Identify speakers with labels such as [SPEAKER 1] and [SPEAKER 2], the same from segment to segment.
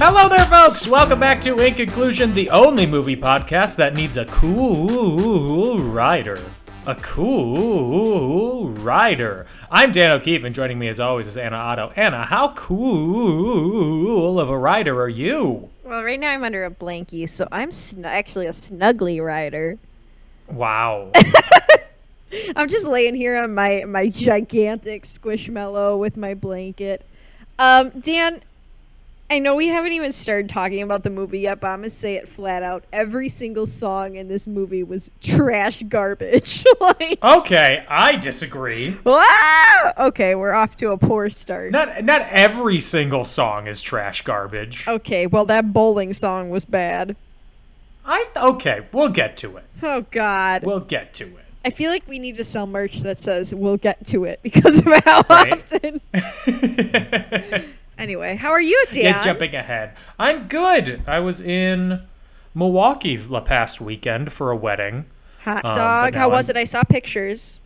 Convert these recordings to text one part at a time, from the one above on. [SPEAKER 1] Hello there, folks! Welcome back to In Conclusion, the only movie podcast that needs a cool rider. A cool rider. I'm Dan O'Keefe, and joining me as always is Anna Otto. Anna, how cool of a rider are you?
[SPEAKER 2] Well, right now I'm under a blankie, so I'm sn- actually a snuggly rider.
[SPEAKER 1] Wow.
[SPEAKER 2] I'm just laying here on my my gigantic squishmallow with my blanket. Um, Dan, I know we haven't even started talking about the movie yet, but I'm gonna say it flat out: every single song in this movie was trash garbage. like,
[SPEAKER 1] Okay, I disagree.
[SPEAKER 2] wow. Okay, we're off to a poor start.
[SPEAKER 1] Not not every single song is trash garbage.
[SPEAKER 2] okay, well that bowling song was bad.
[SPEAKER 1] I okay, we'll get to it.
[SPEAKER 2] Oh God.
[SPEAKER 1] We'll get to it.
[SPEAKER 2] I feel like we need to sell merch that says "We'll get to it" because of how
[SPEAKER 1] Right.
[SPEAKER 2] often. Anyway, how are you, Dan?
[SPEAKER 1] Yeah, jumping ahead. I'm good. I was in Milwaukee la past weekend for a wedding.
[SPEAKER 2] Hot
[SPEAKER 1] Um,
[SPEAKER 2] dog.
[SPEAKER 1] but
[SPEAKER 2] How
[SPEAKER 1] now
[SPEAKER 2] was
[SPEAKER 1] I'm-
[SPEAKER 2] it? I saw pictures.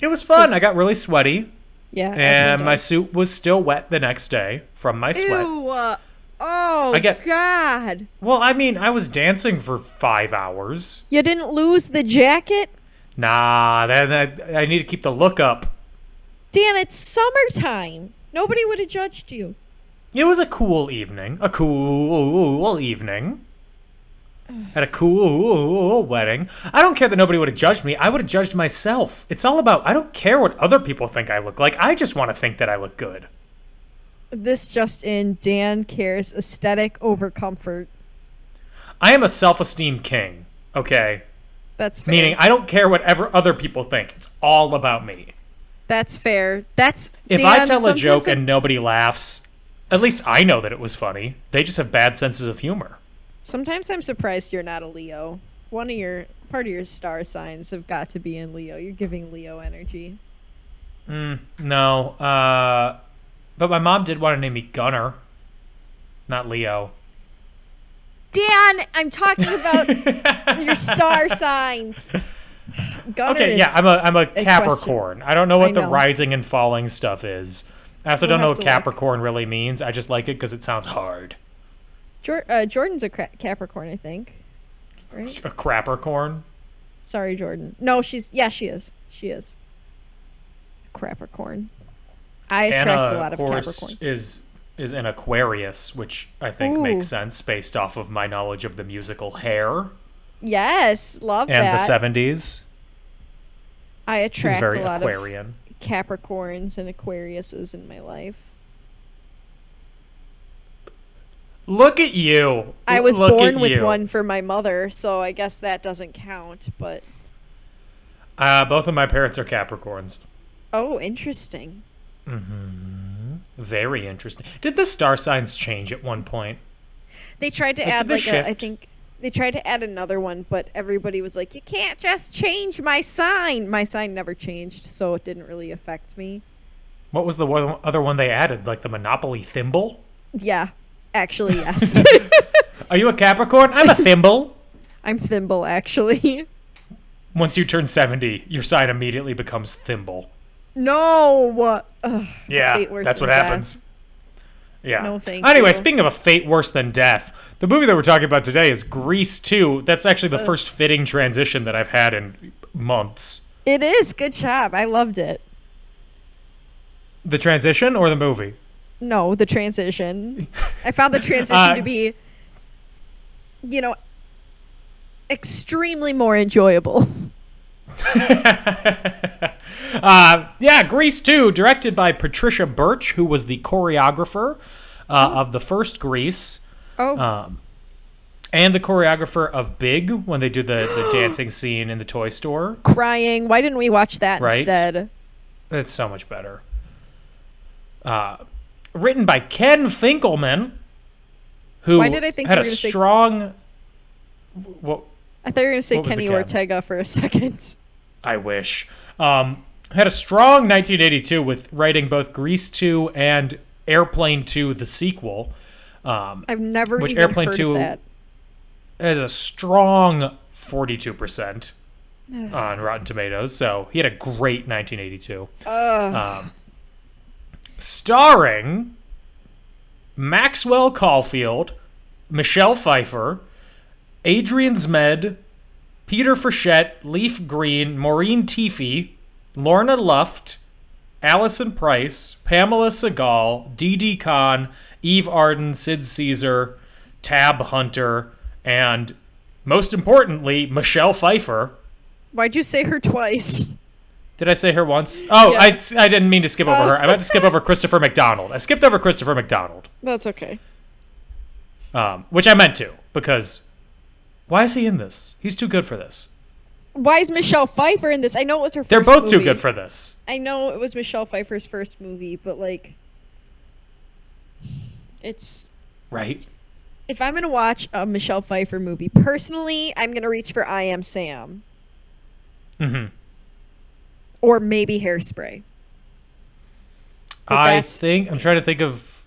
[SPEAKER 1] It was fun. I got really sweaty,
[SPEAKER 2] Yeah. as
[SPEAKER 1] and
[SPEAKER 2] we
[SPEAKER 1] my
[SPEAKER 2] do.
[SPEAKER 1] suit was still wet the next day from my sweat.
[SPEAKER 2] Ew. uh, Oh
[SPEAKER 1] I get-
[SPEAKER 2] God!
[SPEAKER 1] Well, I mean, I was dancing for five hours.
[SPEAKER 2] You didn't lose the jacket,
[SPEAKER 1] Nah, that, that- I need to keep the look up.
[SPEAKER 2] Dan. It's summertime. Nobody would have judged you.
[SPEAKER 1] It was a cool evening. A cool evening. At a cool wedding. I don't care that nobody would have judged me. I would have judged myself. It's all about, I don't care what other people think I look like. I just want to think that I look good.
[SPEAKER 2] This just in: Dan cares aesthetic over comfort.
[SPEAKER 1] I am a self esteem king, okay?
[SPEAKER 2] That's fair.
[SPEAKER 1] Meaning, I don't care whatever other people think. It's all about me.
[SPEAKER 2] That's fair. That's
[SPEAKER 1] If
[SPEAKER 2] Dan,
[SPEAKER 1] I tell a
[SPEAKER 2] sometimes
[SPEAKER 1] joke
[SPEAKER 2] I-
[SPEAKER 1] and nobody laughs, at least I know that it was funny. They just have bad senses of humor.
[SPEAKER 2] Sometimes I'm surprised you're not a Leo. One of your part of your star signs have got to be in Leo. You're giving Leo energy.
[SPEAKER 1] No, uh, but my mom did want to name me Gunner, not Leo.
[SPEAKER 2] Dan, I'm talking about your star signs. Gunner
[SPEAKER 1] Okay,
[SPEAKER 2] Oh, is,
[SPEAKER 1] yeah, I'm a I'm a
[SPEAKER 2] question.
[SPEAKER 1] Capricorn. I don't know what
[SPEAKER 2] I
[SPEAKER 1] the
[SPEAKER 2] know.
[SPEAKER 1] rising and falling stuff is. I also
[SPEAKER 2] We'll
[SPEAKER 1] don't know
[SPEAKER 2] have
[SPEAKER 1] what
[SPEAKER 2] to look.
[SPEAKER 1] Capricorn really means. I just like it because it sounds hard.
[SPEAKER 2] Jor- uh, Jordan's a cra- Capricorn, I think. Right?
[SPEAKER 1] A Capricorn.
[SPEAKER 2] Sorry, Jordan. No, she's yeah, she is. She is. Capricorn. I attract
[SPEAKER 1] Anna,
[SPEAKER 2] a lot
[SPEAKER 1] of
[SPEAKER 2] of
[SPEAKER 1] course,
[SPEAKER 2] Capricorn.
[SPEAKER 1] is is an Aquarius, which I think makes sense based off of my knowledge of the musical Hair
[SPEAKER 2] Yes, love
[SPEAKER 1] and
[SPEAKER 2] that.
[SPEAKER 1] the '70s.
[SPEAKER 2] I
[SPEAKER 1] She was
[SPEAKER 2] attract
[SPEAKER 1] very
[SPEAKER 2] a lot of
[SPEAKER 1] Aquarian.
[SPEAKER 2] Capricorns and Aquariuses in my life.
[SPEAKER 1] Look at you.
[SPEAKER 2] I was
[SPEAKER 1] Look at
[SPEAKER 2] born with
[SPEAKER 1] you.
[SPEAKER 2] one for my mother, so I guess that doesn't count. But
[SPEAKER 1] Uh, both of my parents are Capricorns.
[SPEAKER 2] oh, interesting.
[SPEAKER 1] Very interesting. Did the star signs change at one point?
[SPEAKER 2] They tried to
[SPEAKER 1] Like, did
[SPEAKER 2] add
[SPEAKER 1] they
[SPEAKER 2] like a, I
[SPEAKER 1] shift?
[SPEAKER 2] think they tried to add another one, but everybody was like, "You can't just change my sign." My sign never changed, so it didn't really affect me.
[SPEAKER 1] What was the one, other one they added? Like the Monopoly thimble?
[SPEAKER 2] Yeah, actually, yes.
[SPEAKER 1] Are you a Capricorn? I'm a thimble.
[SPEAKER 2] I'm thimble, actually.
[SPEAKER 1] Once you turn 70, your sign immediately becomes thimble.
[SPEAKER 2] No. Ugh.
[SPEAKER 1] Yeah,
[SPEAKER 2] Fate worse
[SPEAKER 1] that's what
[SPEAKER 2] than death.
[SPEAKER 1] happens. Yeah.
[SPEAKER 2] No, thank
[SPEAKER 1] anyway,
[SPEAKER 2] you.
[SPEAKER 1] speaking of a fate worse than death, the movie that we're talking about today is Grease 2. That's actually the first fitting transition that I've had in months.
[SPEAKER 2] It is good job. I loved it.
[SPEAKER 1] The transition or the movie?
[SPEAKER 2] No, the transition. I found the transition
[SPEAKER 1] Uh,
[SPEAKER 2] to be, you know, extremely more enjoyable.
[SPEAKER 1] Uh, yeah, Grease 2, directed by Patricia Birch, who was the choreographer uh, of the first Grease. Um,
[SPEAKER 2] Oh,
[SPEAKER 1] And the choreographer of Big when they do the, the dancing scene in the toy store.
[SPEAKER 2] crying. Why didn't we watch that
[SPEAKER 1] Right.
[SPEAKER 2] instead?
[SPEAKER 1] It's so much better. Uh, written by Ken Finkelman, who
[SPEAKER 2] Why did I think
[SPEAKER 1] had
[SPEAKER 2] you
[SPEAKER 1] a
[SPEAKER 2] were gonna say-
[SPEAKER 1] strong what
[SPEAKER 2] I thought you were going to say
[SPEAKER 1] What was the
[SPEAKER 2] Kenny
[SPEAKER 1] cab?
[SPEAKER 2] Ortega for a second.
[SPEAKER 1] I wish. Um, had a strong 1982 with writing both Grease 2 and Airplane 2, the sequel. Um,
[SPEAKER 2] I've never
[SPEAKER 1] Which
[SPEAKER 2] even
[SPEAKER 1] Airplane
[SPEAKER 2] heard of
[SPEAKER 1] 2
[SPEAKER 2] that.
[SPEAKER 1] has a strong 42% on Rotten Tomatoes. So he had a great 1982. Um, starring Maxwell Caulfield, Michelle Pfeiffer, Adrian Zmed, Peter Frechette, Leaf Green, Maureen Tiffy, Lorna Luft, Allison Price, Pamela Segal, Dee Dee Khan, Eve Arden, Sid Caesar, Tab Hunter, and most importantly, Michelle Pfeiffer.
[SPEAKER 2] Why'd you say her twice?
[SPEAKER 1] Did I say her once? Oh,
[SPEAKER 2] Yeah.
[SPEAKER 1] I, I didn't mean to skip over
[SPEAKER 2] Oh.
[SPEAKER 1] her. I meant to skip over Christopher McDonald. I skipped over Christopher McDonald,
[SPEAKER 2] That's okay.
[SPEAKER 1] um, which I meant to because why is he in this? He's too good for this.
[SPEAKER 2] Why is Michelle Pfeiffer in this? I know it was her.
[SPEAKER 1] They're
[SPEAKER 2] first
[SPEAKER 1] both too
[SPEAKER 2] movie.
[SPEAKER 1] good for this.
[SPEAKER 2] I know it was Michelle Pfeiffer's first movie, but like, it's
[SPEAKER 1] Right?
[SPEAKER 2] if I'm gonna watch a Michelle Pfeiffer movie personally, I'm gonna reach for I Am Sam.
[SPEAKER 1] Mhm.
[SPEAKER 2] Or maybe Hairspray. But
[SPEAKER 1] I
[SPEAKER 2] that's-
[SPEAKER 1] think I'm trying to think of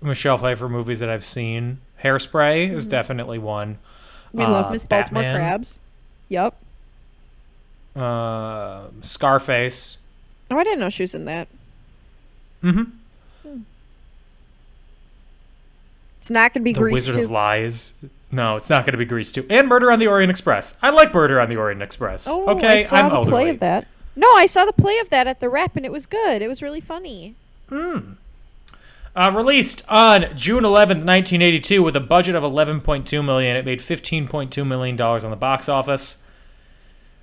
[SPEAKER 1] Michelle Pfeiffer movies that I've seen. Hairspray
[SPEAKER 2] Mm-hmm.
[SPEAKER 1] is definitely one.
[SPEAKER 2] We
[SPEAKER 1] Uh,
[SPEAKER 2] love Miss Baltimore
[SPEAKER 1] Batman.
[SPEAKER 2] Crabs. Yep.
[SPEAKER 1] Uh, Scarface.
[SPEAKER 2] Oh, I didn't know she was in that. Mm-hmm.
[SPEAKER 1] Mhm.
[SPEAKER 2] It's not gonna be
[SPEAKER 1] The
[SPEAKER 2] Grease
[SPEAKER 1] Wizard
[SPEAKER 2] too.
[SPEAKER 1] of Lies. No, it's not going to be Grease 2. And Murder on the Orient Express. I like Murder on the Orient Express.
[SPEAKER 2] Oh,
[SPEAKER 1] okay,
[SPEAKER 2] I saw
[SPEAKER 1] am
[SPEAKER 2] the
[SPEAKER 1] elderly.
[SPEAKER 2] play of that. No, I saw the play of that at the rep, and it was good. It was really funny.
[SPEAKER 1] Uh, released on June 11th, 1982, with a budget of 11.2 million, it made 15.2 million dollars on the box office.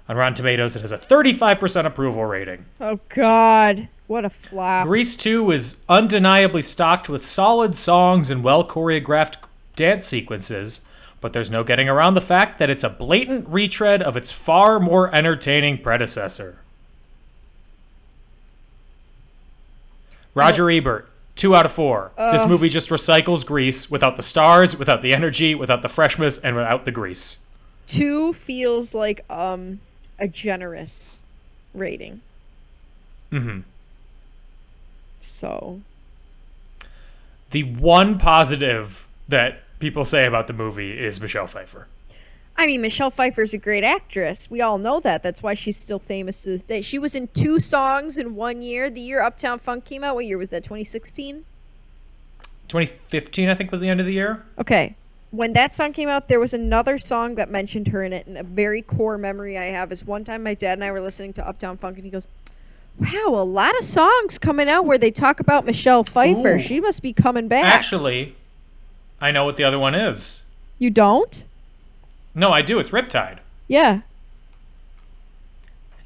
[SPEAKER 1] On Rotten Tomatoes, it has a 35% approval rating.
[SPEAKER 2] Oh God, what a flop!
[SPEAKER 1] Grease 2 is undeniably stocked with solid songs and well choreographed dance sequences, but there's no getting around the fact that it's a blatant retread of its far more entertaining predecessor. Roger Ebert, 2 out of 4. this movie just recycles Grease without the stars, without the energy, without the freshness, and without the grease.
[SPEAKER 2] Two feels like um a generous rating. Mm-hmm.
[SPEAKER 1] Mm-hmm.
[SPEAKER 2] So
[SPEAKER 1] The one positive that people say about the movie is Michelle Pfeiffer.
[SPEAKER 2] I mean, Michelle Pfeiffer's a great actress. We all know that. That's why she's still famous to this day. She was in two songs in one year. The year Uptown Funk came out. What year was that? 2016.
[SPEAKER 1] 2015, I think, was the end of the year.
[SPEAKER 2] Okay. When that song came out, there was another song that mentioned her in it, and a very core memory I have is one time my dad and I were listening to Uptown Funk, and he goes, "Wow, a lot of songs coming out where they talk about Michelle Pfeiffer.
[SPEAKER 1] Ooh.
[SPEAKER 2] She must be coming back."
[SPEAKER 1] Actually, I know what the other one is.
[SPEAKER 2] you don't?
[SPEAKER 1] No, I do. It's Riptide.
[SPEAKER 2] Yeah,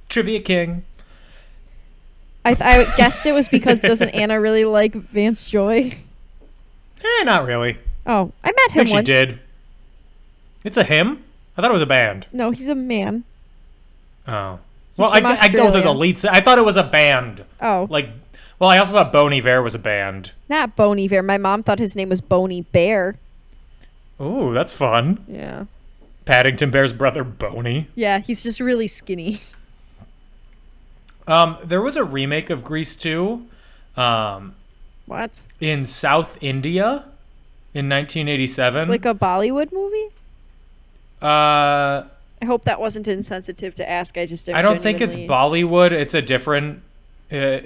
[SPEAKER 1] Trivia King.
[SPEAKER 2] I, th- I guessed it was because doesn't Anna really like Vance Joy?
[SPEAKER 1] Eh, not really.
[SPEAKER 2] Oh, I met
[SPEAKER 1] I
[SPEAKER 2] him
[SPEAKER 1] think she
[SPEAKER 2] once.
[SPEAKER 1] did. It's a him? I thought it was a band.
[SPEAKER 2] No, he's a man.
[SPEAKER 1] Oh. Well, I,
[SPEAKER 2] from
[SPEAKER 1] I know they're the
[SPEAKER 2] Australia.
[SPEAKER 1] lead. si- I thought it was a band.
[SPEAKER 2] Oh,
[SPEAKER 1] Like, well, I also thought Bon Iver was a band.
[SPEAKER 2] not Boney Bear. My mom thought his name was Boney Bear.
[SPEAKER 1] Ooh, that's fun.
[SPEAKER 2] Yeah.
[SPEAKER 1] Paddington Bear's brother, Boney.
[SPEAKER 2] Yeah, he's just really skinny.
[SPEAKER 1] Um, there was a remake of Grease 2 um,
[SPEAKER 2] What?
[SPEAKER 1] in South India in 1987.
[SPEAKER 2] Like a Bollywood movie?
[SPEAKER 1] uh,
[SPEAKER 2] I hope that wasn't insensitive to ask. I just
[SPEAKER 1] I don't think it's
[SPEAKER 2] genuinely-
[SPEAKER 1] Bollywood. It's a different uh,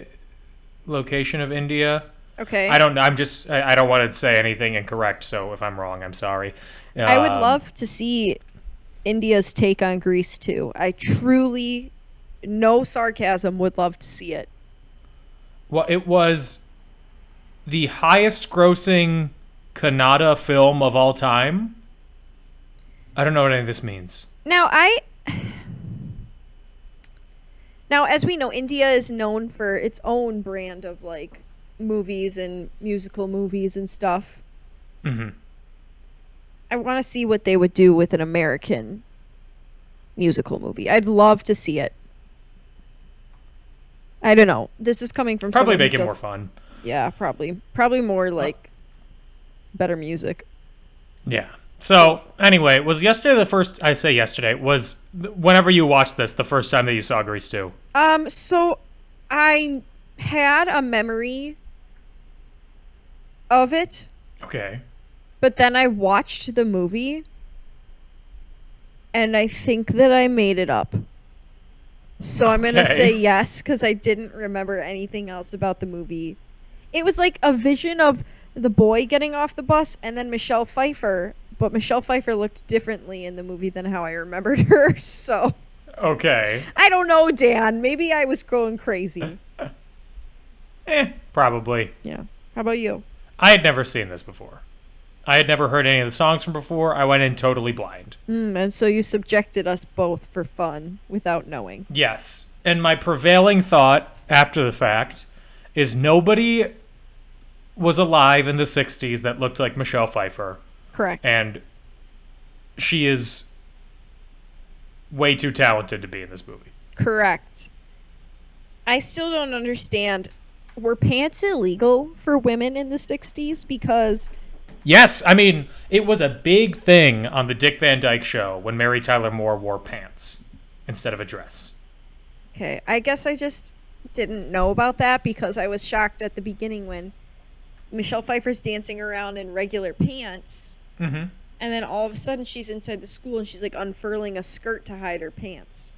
[SPEAKER 1] location of India.
[SPEAKER 2] okay.
[SPEAKER 1] I don't. I'm just. I, I don't want to say anything incorrect. So if I'm wrong, I'm sorry.
[SPEAKER 2] I would
[SPEAKER 1] Um,
[SPEAKER 2] love to see India's take on Greece too. I truly, no sarcasm, would love to see it.
[SPEAKER 1] Well, it was the highest-grossing Kannada film of all time. I don't know what any of this means.
[SPEAKER 2] Now I. Now, as we know, India is known for its own brand of like movies and musical movies and stuff.
[SPEAKER 1] Mhm.
[SPEAKER 2] I want to see what they would do with an American musical movie. I'd love to see it. I don't know. This is coming from
[SPEAKER 1] Probably
[SPEAKER 2] someone who
[SPEAKER 1] make it more
[SPEAKER 2] does-
[SPEAKER 1] fun.
[SPEAKER 2] Yeah, probably. Probably more like better music.
[SPEAKER 1] Yeah. So anyway, was yesterday the first? I say yesterday was th- whenever you watched this the first time that you saw Grease Two.
[SPEAKER 2] Um, so I had a memory of it,
[SPEAKER 1] Okay.
[SPEAKER 2] but then I watched the movie and I think that I made it up. So I'm going to
[SPEAKER 1] Okay.
[SPEAKER 2] say yes cuz I didn't remember anything else about the movie. It was like a vision of the boy getting off the bus and then Michelle Pfeiffer, but Michelle Pfeiffer looked differently in the movie than how I remembered her. So
[SPEAKER 1] Okay.
[SPEAKER 2] I don't know, Dan. Maybe I was going crazy.
[SPEAKER 1] Eh, probably.
[SPEAKER 2] Yeah. How about you?
[SPEAKER 1] I had never seen this before. I had never heard any of the songs from before. I went in totally blind.
[SPEAKER 2] Mm, and so you subjected us both for fun without knowing.
[SPEAKER 1] Yes. And my prevailing thought after the fact is nobody was alive in the 60s that looked like Michelle Pfeiffer.
[SPEAKER 2] Correct.
[SPEAKER 1] And she is way too talented to be in this movie.
[SPEAKER 2] Correct. I still don't understand. Were pants illegal for women in the 60s? Because
[SPEAKER 1] Yes. I mean, it was a big thing on the Dick Van Dyke show when Mary Tyler Moore wore pants instead of a dress.
[SPEAKER 2] Okay, I guess I just didn't know about that because I was shocked at the beginning when Michelle Pfeiffer's dancing around in regular pants.
[SPEAKER 1] Mhm.
[SPEAKER 2] And then all of a sudden she's inside the school and she's like unfurling a skirt to hide her pants.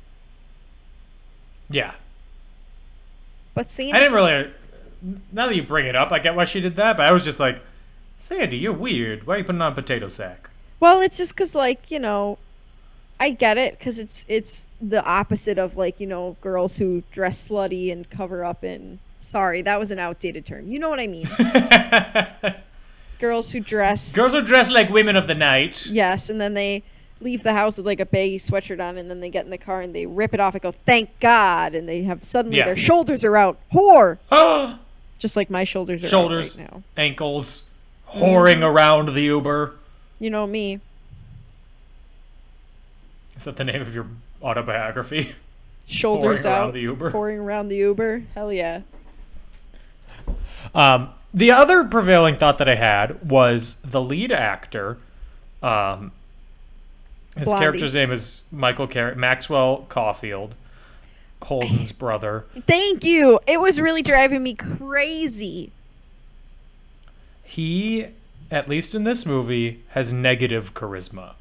[SPEAKER 1] Yeah.
[SPEAKER 2] But Sandy.
[SPEAKER 1] I didn't really. Now that you bring it up, I get why she did that, but I was just like, Sandy, you're weird. Why are you putting on a potato sack?
[SPEAKER 2] Well, it's just because, like, you know, I get it because it's it's the opposite of like you know girls who dress slutty and cover up in. Sorry, that was an outdated term. You know what I mean? girls who dress.
[SPEAKER 1] Girls are dressed like women of the night.
[SPEAKER 2] Yes, and then they leave the house with like a baggy sweatshirt on, and then they get in the car and they rip it off and go, "Thank God!" And they have suddenly their
[SPEAKER 1] Yes.
[SPEAKER 2] shoulders are out, whore,
[SPEAKER 1] Ah,
[SPEAKER 2] just like my shoulders are
[SPEAKER 1] Shoulders,
[SPEAKER 2] out right now.
[SPEAKER 1] ankles, whoring around the Uber.
[SPEAKER 2] You know me.
[SPEAKER 1] Is that the name of your autobiography?
[SPEAKER 2] Shoulders
[SPEAKER 1] Pouring around
[SPEAKER 2] out,
[SPEAKER 1] the Uber.
[SPEAKER 2] pouring around the Uber. Hell yeah.
[SPEAKER 1] Um, the other prevailing thought that I had was the lead actor. Um, his
[SPEAKER 2] Blondie.
[SPEAKER 1] character's name is Michael Car- Maxwell Caulfield, Holden's brother.
[SPEAKER 2] Thank you. It was really driving me crazy.
[SPEAKER 1] he at least in this movie has negative charisma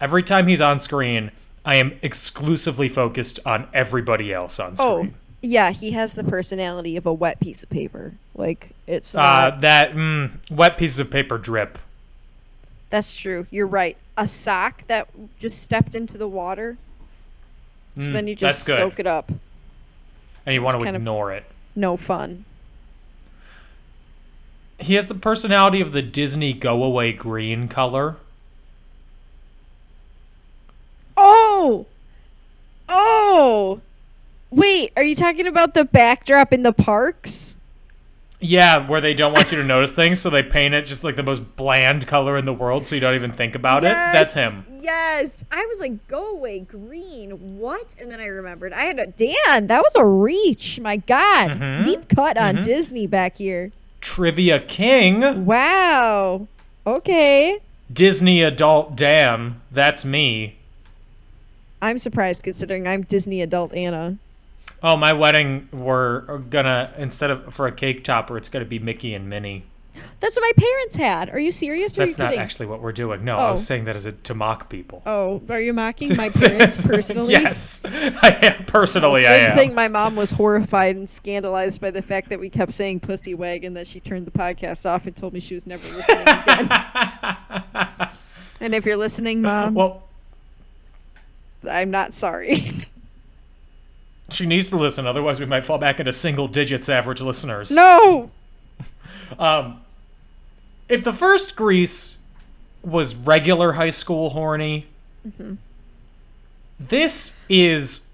[SPEAKER 1] every time he's on screen i am exclusively focused on everybody else on
[SPEAKER 2] Oh,
[SPEAKER 1] screen
[SPEAKER 2] yeah, he has the personality of a wet piece of paper. Like it's
[SPEAKER 1] uh,
[SPEAKER 2] not-
[SPEAKER 1] that mm, wet pieces of paper drip
[SPEAKER 2] that's true. You're right. A sock that just stepped into the water. So then you
[SPEAKER 1] Mm, that's
[SPEAKER 2] just
[SPEAKER 1] good.
[SPEAKER 2] soak it up.
[SPEAKER 1] and you want to
[SPEAKER 2] kind of-
[SPEAKER 1] ignore it
[SPEAKER 2] No fun.
[SPEAKER 1] he has the personality of the disney go away green color
[SPEAKER 2] Oh. Oh. Wait, are you talking about the backdrop in the parks?
[SPEAKER 1] yeah where they don't want you to notice things so they paint it just like the most bland color in the world so you don't even think about it that's him
[SPEAKER 2] Yes. I was like, go away, green. What? And then I remembered. I had a Dan, that was a reach. My God.
[SPEAKER 1] Mm-hmm.
[SPEAKER 2] Deep cut on Disney back here.
[SPEAKER 1] trivia king
[SPEAKER 2] Wow. Okay.
[SPEAKER 1] disney adult damn that's me
[SPEAKER 2] I'm surprised considering I'm Disney adult Anna.
[SPEAKER 1] Oh, my wedding, we're gonna instead of for a cake topper, it's gonna be Mickey and Minnie.
[SPEAKER 2] That's what my parents had. Are you serious? Or
[SPEAKER 1] That's
[SPEAKER 2] are you
[SPEAKER 1] not
[SPEAKER 2] kidding?
[SPEAKER 1] actually what we're doing. No,
[SPEAKER 2] Oh.
[SPEAKER 1] I was saying that as a, to mock people.
[SPEAKER 2] Oh, are you mocking my parents personally? Oh,
[SPEAKER 1] yes, I am personally. I
[SPEAKER 2] Good
[SPEAKER 1] am.
[SPEAKER 2] thing my mom was horrified and scandalized by the fact that we kept saying pussy wag and that she turned the podcast off and told me she was never listening again. and if you're listening, mom,
[SPEAKER 1] Uh, well,
[SPEAKER 2] I'm not sorry.
[SPEAKER 1] she needs to listen, otherwise we might fall back into single digits average listeners.
[SPEAKER 2] no.
[SPEAKER 1] Um, if the first Grease was regular high school horny, this is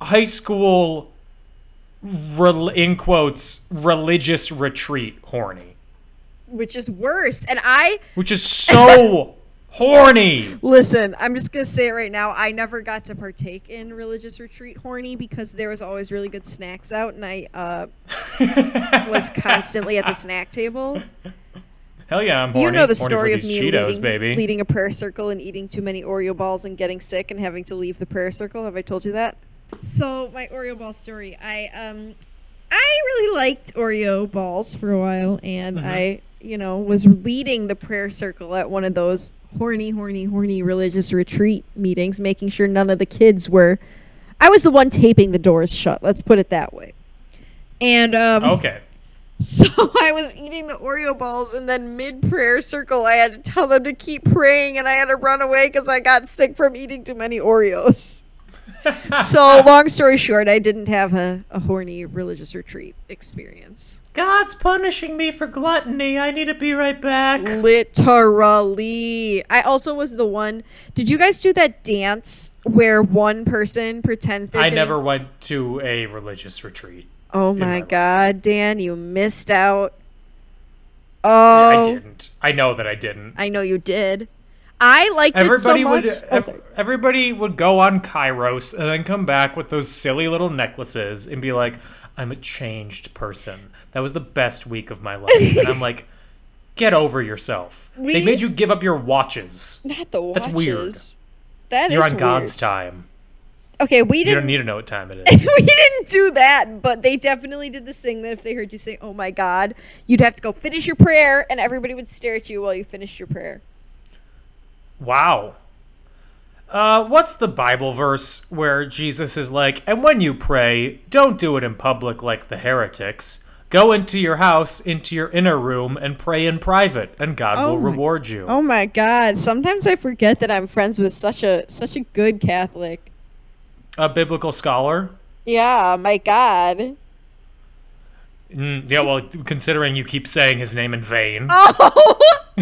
[SPEAKER 1] high school, rel- in quotes, religious retreat horny,
[SPEAKER 2] Which is worse. And I
[SPEAKER 1] which is so horny.
[SPEAKER 2] listen, I'm just gonna say it right now. I never got to partake in religious retreat horny because there was always really good snacks out and I uh, was constantly at the snack table.
[SPEAKER 1] Hell yeah, I'm horny.
[SPEAKER 2] you know the
[SPEAKER 1] horny for
[SPEAKER 2] story of me
[SPEAKER 1] these Cheetos,
[SPEAKER 2] leading,
[SPEAKER 1] baby.
[SPEAKER 2] leading a prayer circle and eating too many Oreo balls and getting sick and having to leave the prayer circle. Have I told you that? So my Oreo ball story. I um, I really liked Oreo balls for a while, and
[SPEAKER 1] Mm-hmm.
[SPEAKER 2] I you know was leading the prayer circle at one of those horny, horny, horny religious retreat meetings, making sure none of the kids were. I was the one taping the doors shut. Let's put it that way. And um,
[SPEAKER 1] Okay.
[SPEAKER 2] so I was eating the Oreo balls, and then mid prayer circle, I had to tell them to keep praying, and I had to run away because I got sick from eating too many Oreos. so, long story short, I didn't have a, a horny religious retreat experience.
[SPEAKER 1] God's punishing me for gluttony. I need to be right back.
[SPEAKER 2] Literally. I also was the one. Did you guys do that dance where one person pretends they're
[SPEAKER 1] I
[SPEAKER 2] getting-
[SPEAKER 1] never went to a religious retreat.
[SPEAKER 2] Oh
[SPEAKER 1] my
[SPEAKER 2] my
[SPEAKER 1] life.
[SPEAKER 2] god, Dan, you missed out. Oh.
[SPEAKER 1] I didn't. I know that I didn't.
[SPEAKER 2] I know you did. I liked
[SPEAKER 1] Everybody
[SPEAKER 2] it so much.
[SPEAKER 1] would uh,
[SPEAKER 2] Oh,
[SPEAKER 1] ev-
[SPEAKER 2] sorry.
[SPEAKER 1] everybody would go on Kairos and then come back with those silly little necklaces and be like, "I'm a changed person. That was the best week of my life." and I'm like, "Get over yourself.
[SPEAKER 2] We-
[SPEAKER 1] They made you give up your watches.
[SPEAKER 2] Not the watches.
[SPEAKER 1] That's weird.
[SPEAKER 2] That
[SPEAKER 1] You're
[SPEAKER 2] is
[SPEAKER 1] on God's
[SPEAKER 2] weird.
[SPEAKER 1] time.
[SPEAKER 2] Okay, we
[SPEAKER 1] You don't
[SPEAKER 2] didn't.
[SPEAKER 1] need to know what time it is."
[SPEAKER 2] we didn't do that, but they definitely did this thing that if they heard you say "Oh my God," you'd have to go finish your prayer, and everybody would stare at you while you finished your prayer.
[SPEAKER 1] wow. Uh, what's the Bible verse where Jesus is like, "And when you pray, don't do it in public like the heretics." Go into your house, into your inner room, and pray in private, and God will reward you.
[SPEAKER 2] Oh my God! Sometimes I forget that I'm friends with such a such a good Catholic.
[SPEAKER 1] a biblical scholar.
[SPEAKER 2] Yeah, my God.
[SPEAKER 1] Mm, yeah, well, considering you keep saying his name in vain.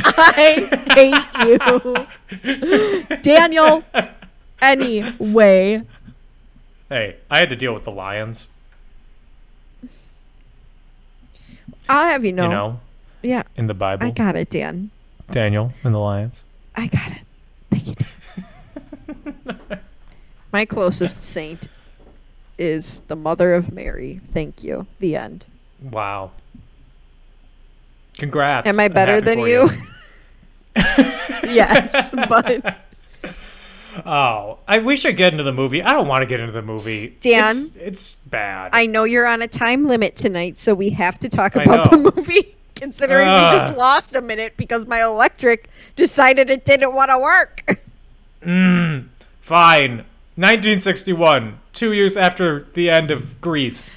[SPEAKER 2] Oh, I hate you, Daniel. Anyway,
[SPEAKER 1] Hey, I had to deal with the lions.
[SPEAKER 2] I'll have you know.
[SPEAKER 1] You know,
[SPEAKER 2] Yeah,
[SPEAKER 1] in the Bible,
[SPEAKER 2] I got it, Dan.
[SPEAKER 1] Daniel and the lions.
[SPEAKER 2] I got it. Thank you. My closest saint is the mother of Mary. Thank you. The end.
[SPEAKER 1] Wow. Congrats.
[SPEAKER 2] Am I
[SPEAKER 1] I'm
[SPEAKER 2] better
[SPEAKER 1] happy
[SPEAKER 2] than
[SPEAKER 1] for
[SPEAKER 2] you? yes, but
[SPEAKER 1] Oh, I, we should get into the movie. I don't want to get into the movie.
[SPEAKER 2] Dan?
[SPEAKER 1] it's, it's bad.
[SPEAKER 2] I know you're on a time limit tonight, so we have to talk
[SPEAKER 1] I
[SPEAKER 2] about the
[SPEAKER 1] know.
[SPEAKER 2] movie. Considering
[SPEAKER 1] Ugh.
[SPEAKER 2] we just lost a minute because my electric decided it didn't want to work.
[SPEAKER 1] Fine. 1961, two years after the end of Greece.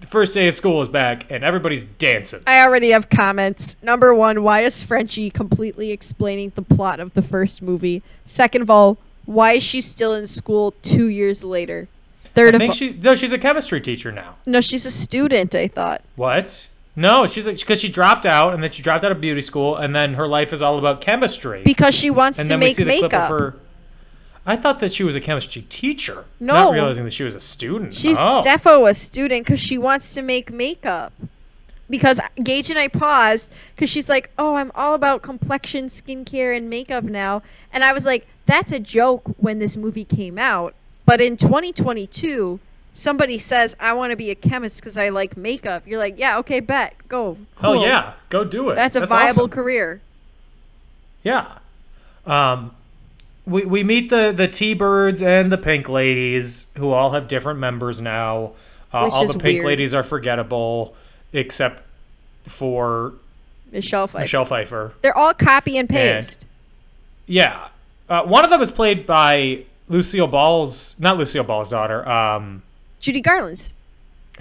[SPEAKER 1] The first day of school is back, and everybody's dancing.
[SPEAKER 2] I already have comments. Number one, why is Frenchie completely explaining the plot of the first movie? Second of all, why is she still in school two years later? Third
[SPEAKER 1] I
[SPEAKER 2] of
[SPEAKER 1] think
[SPEAKER 2] all,
[SPEAKER 1] she's no, she's a chemistry teacher now.
[SPEAKER 2] no, she's a student. I thought.
[SPEAKER 1] What? No, she's like because she dropped out and then she dropped out of beauty school and then her life is all about chemistry.
[SPEAKER 2] Because she wants
[SPEAKER 1] and
[SPEAKER 2] to
[SPEAKER 1] then
[SPEAKER 2] make
[SPEAKER 1] we see the clip
[SPEAKER 2] makeup.
[SPEAKER 1] of her. I thought that she was a chemistry teacher,
[SPEAKER 2] No.
[SPEAKER 1] not realizing that she was a student.
[SPEAKER 2] She's
[SPEAKER 1] oh.
[SPEAKER 2] defo a student because she wants to make makeup. Because Gage and I paused because she's like, "Oh, I'm all about complexion, skincare, and makeup now," and I was like, "That's a joke." When this movie came out, but in 2022, somebody says, "I want to be a chemist because I like makeup." You're like, "Yeah, okay, bet, go."
[SPEAKER 1] Hell
[SPEAKER 2] Cool.
[SPEAKER 1] yeah, go do it.
[SPEAKER 2] that's a viable
[SPEAKER 1] awesome.
[SPEAKER 2] career.
[SPEAKER 1] Yeah. Um, we we meet the the T Birds and the Pink Ladies, who all have different members now. Uh,
[SPEAKER 2] Which
[SPEAKER 1] all
[SPEAKER 2] is
[SPEAKER 1] the Pink
[SPEAKER 2] weird.
[SPEAKER 1] Ladies are forgettable, except for
[SPEAKER 2] Michelle Pfeiffer.
[SPEAKER 1] Michelle Pfeiffer.
[SPEAKER 2] They're all copy and paste.
[SPEAKER 1] Yeah. Uh, one of them is played by Lucille Ball's, not Lucille Ball's daughter, um,
[SPEAKER 2] Judy Garland's.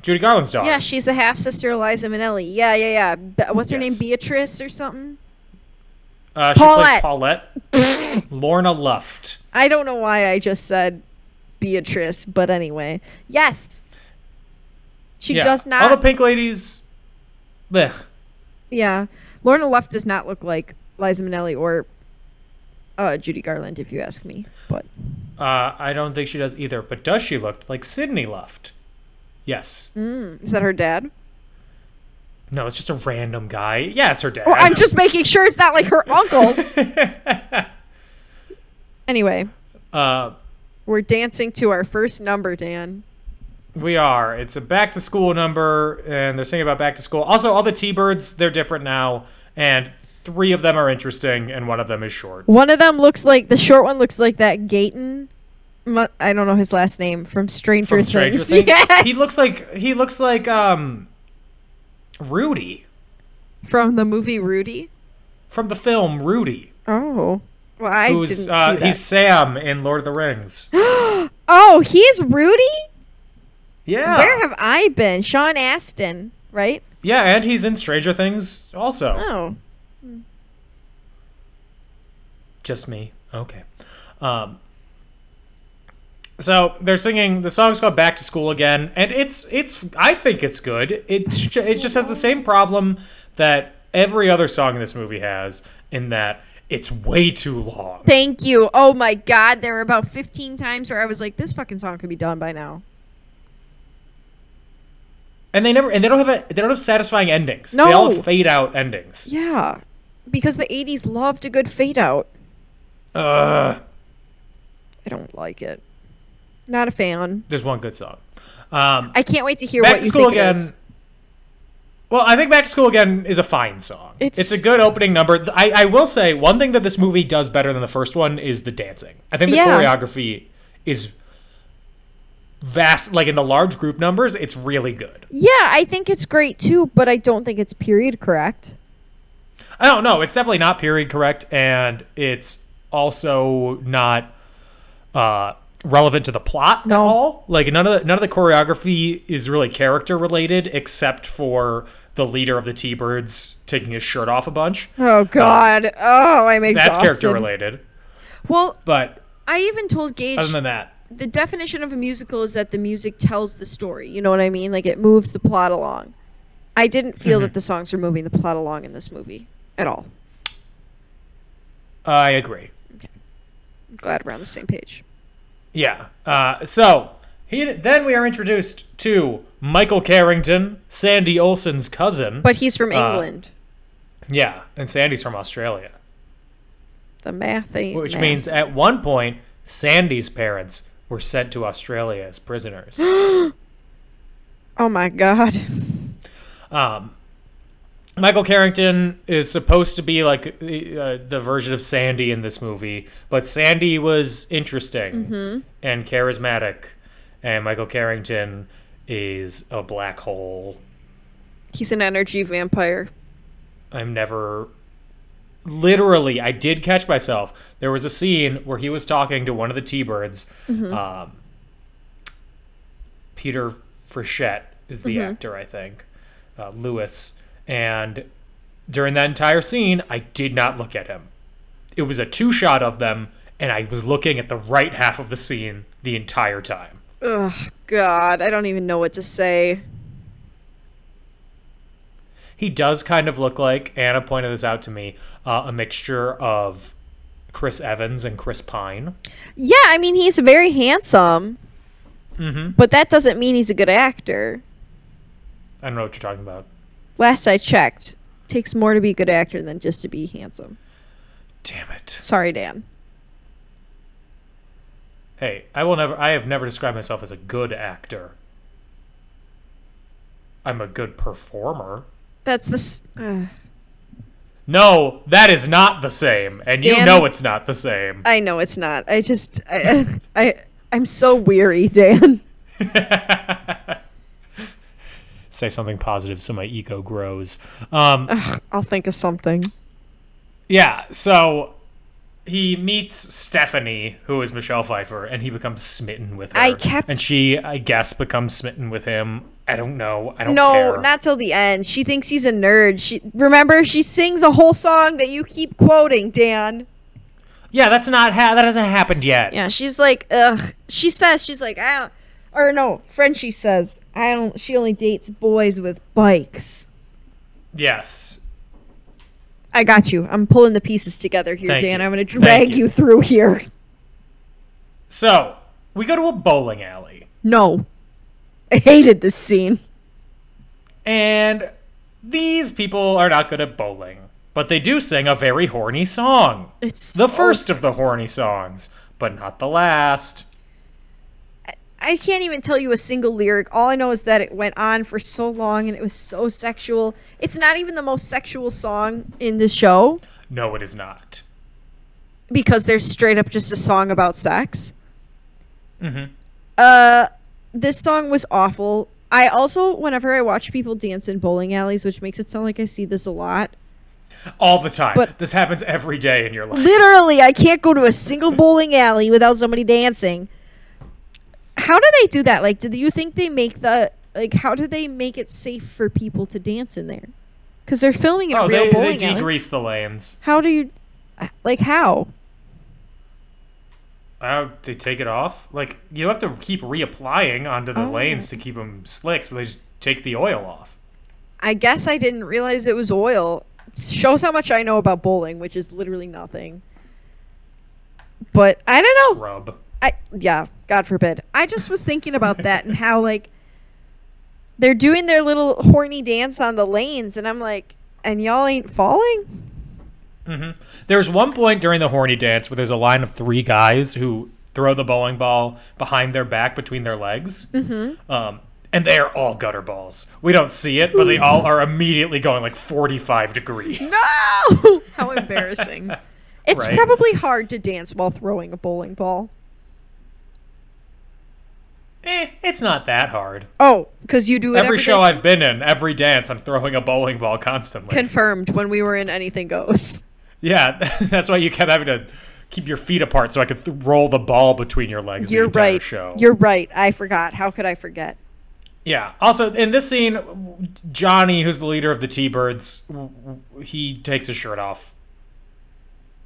[SPEAKER 1] Judy Garland's daughter.
[SPEAKER 2] Yeah, she's the half sister Eliza Minnelli. Yeah, yeah, yeah. Be- what's her
[SPEAKER 1] Yes.
[SPEAKER 2] name? Beatrice or something.
[SPEAKER 1] uh, she plays
[SPEAKER 2] Paulette.
[SPEAKER 1] Paulette. Lorna Luft.
[SPEAKER 2] I don't know why I just said Beatrice, but anyway. Yes. She
[SPEAKER 1] Yeah.
[SPEAKER 2] does
[SPEAKER 1] All
[SPEAKER 2] not.
[SPEAKER 1] the pink ladies. Blech.
[SPEAKER 2] yeah. Lorna Luft does not look like Liza Minnelli or uh, Judy Garland, if you ask me. But
[SPEAKER 1] Uh, I don't think she does either. But does she look like Sydney Luft? Yes.
[SPEAKER 2] is that her dad?
[SPEAKER 1] No, it's just a random guy. Yeah, it's her dad.
[SPEAKER 2] Well, I'm just making sure it's not like her uncle. anyway,
[SPEAKER 1] uh,
[SPEAKER 2] we're dancing to our first number, Dan.
[SPEAKER 1] We are. It's a back to school number, and they're singing about back to school. Also, all the T Birds, they're different now, and Three of them are interesting, and one of them is short.
[SPEAKER 2] One of them looks like the short one looks like that Gayton. mu- I don't know his last name from Stranger
[SPEAKER 1] From
[SPEAKER 2] Things.
[SPEAKER 1] Stranger Things,
[SPEAKER 2] Yes!
[SPEAKER 1] he looks like he looks like um, Rudy
[SPEAKER 2] from the movie Rudy.
[SPEAKER 1] from the film Rudy,
[SPEAKER 2] Oh, well, I
[SPEAKER 1] who's
[SPEAKER 2] didn't
[SPEAKER 1] uh,
[SPEAKER 2] see that.
[SPEAKER 1] he's Sam in Lord of the Rings.
[SPEAKER 2] Oh, he's Rudy.
[SPEAKER 1] Yeah,
[SPEAKER 2] Where have I been? Sean Astin, right?
[SPEAKER 1] yeah, and he's in Stranger Things also.
[SPEAKER 2] Oh,
[SPEAKER 1] Just me. Okay. Um, so they're singing the song's called "Back to School" again, and it's it's I think it's good. It ju- it just has the same problem that every other song in this movie has, in that it's way too long.
[SPEAKER 2] thank you. Oh my God, there were about fifteen times where I was like, "This fucking song could be done by now."
[SPEAKER 1] and they never and they don't have a they don't have satisfying endings.
[SPEAKER 2] No.
[SPEAKER 1] They all have fade out endings.
[SPEAKER 2] Yeah, because the '80s loved a good fade out.
[SPEAKER 1] Ugh.
[SPEAKER 2] I don't like it. Not a fan.
[SPEAKER 1] there's one good song. Um,
[SPEAKER 2] I can't wait to hear
[SPEAKER 1] back
[SPEAKER 2] what
[SPEAKER 1] to
[SPEAKER 2] you
[SPEAKER 1] school
[SPEAKER 2] think it
[SPEAKER 1] again.
[SPEAKER 2] is.
[SPEAKER 1] Well, I think Back to School Again is a fine song. It's,
[SPEAKER 2] It's-
[SPEAKER 1] a good opening number. Th- I, I will say one thing that this movie does better than the first one is the dancing. I think the
[SPEAKER 2] Yeah.
[SPEAKER 1] choreography is vast. Like in the large group numbers, it's really good.
[SPEAKER 2] Yeah, I think it's great too, but I don't think it's period correct.
[SPEAKER 1] I don't know. It's definitely not period correct, and it's also not uh, relevant to the plot at all. Like none of the, none of the choreography is really character related, except for the leader of the T Birds taking his shirt off a bunch.
[SPEAKER 2] Oh God! oh, I'm exhausted.
[SPEAKER 1] That's character related,
[SPEAKER 2] Well,
[SPEAKER 1] but
[SPEAKER 2] I even told Gage
[SPEAKER 1] other than that,
[SPEAKER 2] the definition of a musical is that the music tells the story. You know what I mean? Like it moves the plot along. I didn't feel
[SPEAKER 1] Mm-hmm.
[SPEAKER 2] that the songs were moving the plot along in this movie at all.
[SPEAKER 1] I agree.
[SPEAKER 2] I'm glad we're on the same page.
[SPEAKER 1] Yeah. Uh, so he then we are introduced to Michael Carrington, Sandy Olsen's cousin.
[SPEAKER 2] But he's from
[SPEAKER 1] Uh,
[SPEAKER 2] England.
[SPEAKER 1] yeah, and Sandy's from Australia.
[SPEAKER 2] The math ain't
[SPEAKER 1] Which
[SPEAKER 2] math.
[SPEAKER 1] means at one point, Sandy's parents were sent to Australia as prisoners.
[SPEAKER 2] oh my God!
[SPEAKER 1] um, Michael Carrington is supposed to be like uh, the version of Sandy in this movie, but Sandy was interesting and charismatic, and Michael Carrington is a black hole.
[SPEAKER 2] He's an energy vampire.
[SPEAKER 1] I'm never. Literally, I did catch myself. There was a scene where he was talking to one of the T Birds. Um, Peter Frechette is the actor, I think, uh, Lewis. And during that entire scene, I did not look at him. It was a two shot of them, and I was looking at the right half of the scene the entire time.
[SPEAKER 2] Ugh, God, I don't even know what to say.
[SPEAKER 1] He does kind of look like Anna pointed this out to me uh, a mixture of Chris Evans and Chris Pine.
[SPEAKER 2] Yeah, I mean he's very handsome, but that doesn't mean he's a good actor.
[SPEAKER 1] I don't know what you're talking about.
[SPEAKER 2] Last I checked, takes more to be a good actor than just to be handsome.
[SPEAKER 1] Damn it.
[SPEAKER 2] Sorry, Dan.
[SPEAKER 1] Hey, I will never. I have never described myself as a good actor. I'm a good performer.
[SPEAKER 2] That's the. S- Ugh.
[SPEAKER 1] No, that is not the same, and you
[SPEAKER 2] Dan-
[SPEAKER 1] know it's not the same.
[SPEAKER 2] I know it's not. I just I, I I'm so weary, Dan.
[SPEAKER 1] Say something positive so my ego grows. Um,
[SPEAKER 2] I'll think of something.
[SPEAKER 1] Yeah, so he meets Stephanie, who is Michelle Pfeiffer, and he becomes smitten with her.
[SPEAKER 2] I kept-
[SPEAKER 1] and she, I guess, becomes smitten with him. I don't know. I don't
[SPEAKER 2] No,
[SPEAKER 1] care.
[SPEAKER 2] not till the end. She thinks he's a nerd. She remember she sings a whole song that you keep quoting, Dan.
[SPEAKER 1] Yeah, that's not ha- that hasn't happened yet.
[SPEAKER 2] Yeah, she's like, ugh. She says she's like, I don't. Or no, Frenchie says I don't. She only dates boys with bikes.
[SPEAKER 1] Yes.
[SPEAKER 2] I got you. I'm pulling the pieces together here,
[SPEAKER 1] Thank
[SPEAKER 2] Dan.
[SPEAKER 1] you.
[SPEAKER 2] I'm going to
[SPEAKER 1] Thank
[SPEAKER 2] drag you.
[SPEAKER 1] you.
[SPEAKER 2] through here.
[SPEAKER 1] So we go to a bowling alley,
[SPEAKER 2] No. I hated this scene.
[SPEAKER 1] and these people are not good at bowling, but they do sing a very horny song.
[SPEAKER 2] It's
[SPEAKER 1] the
[SPEAKER 2] so
[SPEAKER 1] first of the
[SPEAKER 2] sexy.
[SPEAKER 1] horny songs, but not the last.
[SPEAKER 2] I can't even tell you a single lyric. All I know is that it went on for so long and it was so sexual. It's not even the most sexual song in the show
[SPEAKER 1] No, it is not.
[SPEAKER 2] because there's straight up just a song about sex.
[SPEAKER 1] Mm-hmm.
[SPEAKER 2] Uh, this song was awful. I also, whenever I watch people dance in bowling alleys, which makes it sound like I see this a lot,
[SPEAKER 1] All the time.
[SPEAKER 2] But-
[SPEAKER 1] this happens every day in your life.
[SPEAKER 2] literally, I can't go to a single bowling alley without somebody dancing. How do they do that? Like, did you think they make the like? How do they make it safe for people to dance in there? Because they're filming in
[SPEAKER 1] Oh,
[SPEAKER 2] a real
[SPEAKER 1] they, they
[SPEAKER 2] bowling alley.
[SPEAKER 1] degrease the lanes.
[SPEAKER 2] How do you, like, how?
[SPEAKER 1] Oh, they take it off. Like you have to keep reapplying onto
[SPEAKER 2] Oh.
[SPEAKER 1] the lanes to keep them slick, so they just take the oil off.
[SPEAKER 2] I guess I didn't realize it was oil. Shows how much I know about bowling, which is literally nothing. But I don't know.
[SPEAKER 1] Rub.
[SPEAKER 2] I yeah, God forbid. I just was thinking about that and how like they're doing their little horny dance on the lanes, and I'm like, and y'all ain't falling.
[SPEAKER 1] There's one point during the horny dance where there's a line of three guys who throw the bowling ball behind their back between their legs. Mm-hmm. Um, and they are all gutter balls. We don't see it, but they all are immediately going like 45 degrees.
[SPEAKER 2] Oh, how embarrassing! It's
[SPEAKER 1] Right.
[SPEAKER 2] probably hard to dance while throwing a bowling ball.
[SPEAKER 1] Eh, it's not that hard.
[SPEAKER 2] Oh, because you do it
[SPEAKER 1] Every,
[SPEAKER 2] every
[SPEAKER 1] show
[SPEAKER 2] day?
[SPEAKER 1] I've been in, every dance, I'm throwing a bowling ball constantly.
[SPEAKER 2] confirmed when we were in Anything Goes.
[SPEAKER 1] yeah, that's why you kept having to keep your feet apart so I could th- roll the ball between your legs. the
[SPEAKER 2] You're
[SPEAKER 1] entire
[SPEAKER 2] right.
[SPEAKER 1] Show.
[SPEAKER 2] You're right. I forgot. How could I forget?
[SPEAKER 1] Yeah. Also, in this scene, Johnny, who's the leader of the T-Birds, w- w- he takes his shirt off.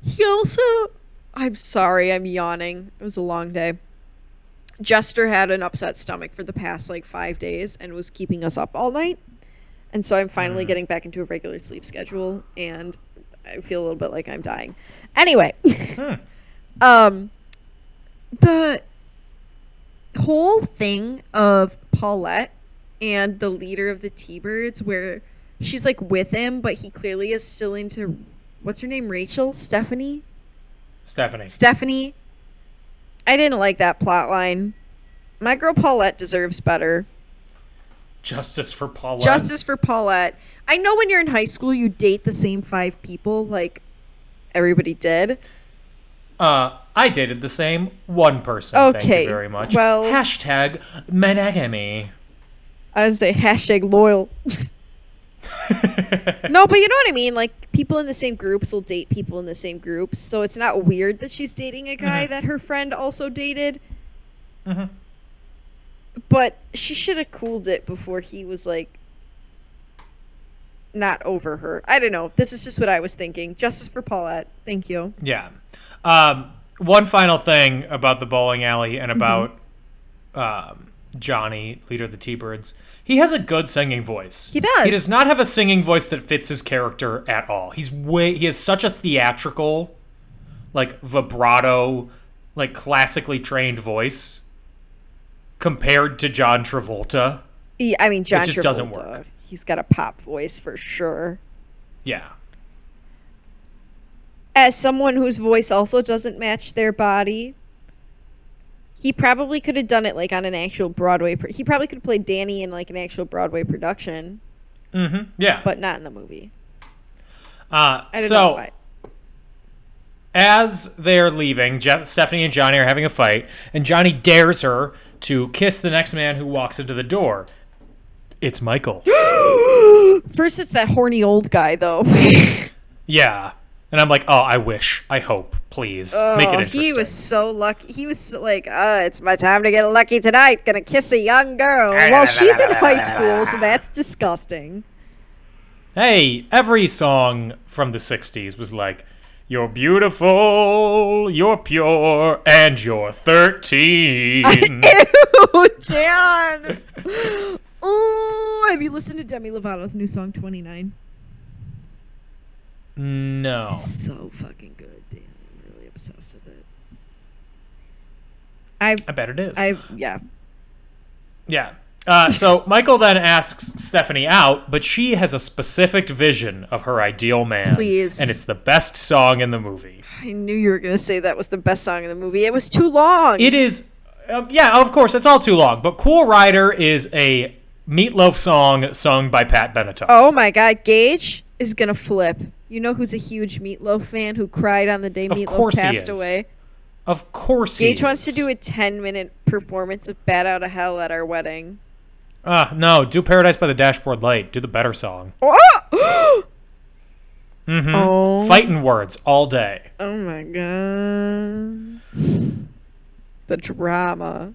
[SPEAKER 2] He also. I'm sorry. I'm yawning. It was a long day. Jester had an upset stomach for the past like five days and was keeping us up all night. And so I'm finally getting back into a regular sleep schedule and I feel a little bit like I'm dying. Anyway.
[SPEAKER 1] Hmm,
[SPEAKER 2] um the whole thing of Paulette and the leader of the T-Birds where she's like with him but he clearly is still into what's her name Rachel Stephanie
[SPEAKER 1] Stephanie.
[SPEAKER 2] Stephanie I didn't like that plot line. My girl Paulette deserves better.
[SPEAKER 1] Justice for Paulette.
[SPEAKER 2] Justice for Paulette. I know when you're in high school you date the same five people like everybody did.
[SPEAKER 1] Uh, I dated the same one person. Thank
[SPEAKER 2] Okay,
[SPEAKER 1] you very much.
[SPEAKER 2] well-
[SPEAKER 1] Hashtag monogamy.
[SPEAKER 2] I would say hashtag loyal. no, but you know what I mean. Like people in the same groups will date people in the same groups, so it's not weird that she's dating a guy
[SPEAKER 1] Mm-hmm.
[SPEAKER 2] that her friend also dated. But she should have cooled it before he was like not over her. I don't know. This is just what I was thinking. Justice for Paulette. Thank you.
[SPEAKER 1] Yeah. Um, one final thing about the bowling alley and
[SPEAKER 2] Mm-hmm.
[SPEAKER 1] about um, Johnny, leader of the T-Birds. He has a good singing voice.
[SPEAKER 2] He does.
[SPEAKER 1] He does not have a singing voice that fits his character at all. He's way. He has such a theatrical, like vibrato, like classically trained voice. Compared to John Travolta.
[SPEAKER 2] Yeah, I mean, John
[SPEAKER 1] just doesn't
[SPEAKER 2] Travolta,
[SPEAKER 1] work.
[SPEAKER 2] He's got a pop voice for sure.
[SPEAKER 1] Yeah.
[SPEAKER 2] as someone whose voice also doesn't match their body, he probably could have done it like on an actual Broadway. Pro- he probably could have played Danny in like an actual Broadway production,
[SPEAKER 1] Yeah.
[SPEAKER 2] but not in the movie.
[SPEAKER 1] uh,
[SPEAKER 2] I don't
[SPEAKER 1] so,
[SPEAKER 2] know why.
[SPEAKER 1] as they're leaving, Jeff, Stephanie and Johnny are having a fight, and Johnny dares her to kiss the next man who walks into the door. It's Michael.
[SPEAKER 2] First, it's that horny old guy though.
[SPEAKER 1] yeah. And I'm like, oh, I wish. I hope. Please. Make it
[SPEAKER 2] Oh,
[SPEAKER 1] interesting.
[SPEAKER 2] he was so lucky. He was so, like, "Uh, it's my time to get lucky tonight. Gonna kiss a young girl." well, she's in high school, so that's disgusting.
[SPEAKER 1] Hey, every song from the 60s was like, you're beautiful, you're pure, and you're 13. Mm-hmm.
[SPEAKER 2] Ew, Dan. Ooh, have you listened to Demi Lovato's new song 29?
[SPEAKER 1] no.
[SPEAKER 2] So fucking good, Dan. I'm really obsessed with it. I've,
[SPEAKER 1] I bet it is.
[SPEAKER 2] I've, yeah.
[SPEAKER 1] Yeah. Uh, so Michael then asks Stephanie out, but she has a specific vision of her ideal man.
[SPEAKER 2] Please.
[SPEAKER 1] And it's the best song in the movie.
[SPEAKER 2] I knew you were gonna say that was the best song in the movie. It was too long.
[SPEAKER 1] It is uh, yeah, of course, it's all too long. But Cool Rider is a meatloaf song sung by Pat Benatar.
[SPEAKER 2] Oh my god, Gage is gonna flip. You know who's a huge Meatloaf fan who cried on the day
[SPEAKER 1] Of
[SPEAKER 2] Meatloaf
[SPEAKER 1] course he
[SPEAKER 2] passed
[SPEAKER 1] is.
[SPEAKER 2] away?
[SPEAKER 1] Of course, he
[SPEAKER 2] Gage wants to
[SPEAKER 1] is.
[SPEAKER 2] do a 10 minute performance of Bat Out of Hell at our wedding.
[SPEAKER 1] Ah, no, do Paradise by the Dashboard Light. Do the better song.
[SPEAKER 2] Oh!
[SPEAKER 1] Mm-hmm.
[SPEAKER 2] oh,
[SPEAKER 1] Fighting words all day.
[SPEAKER 2] oh my god. The drama.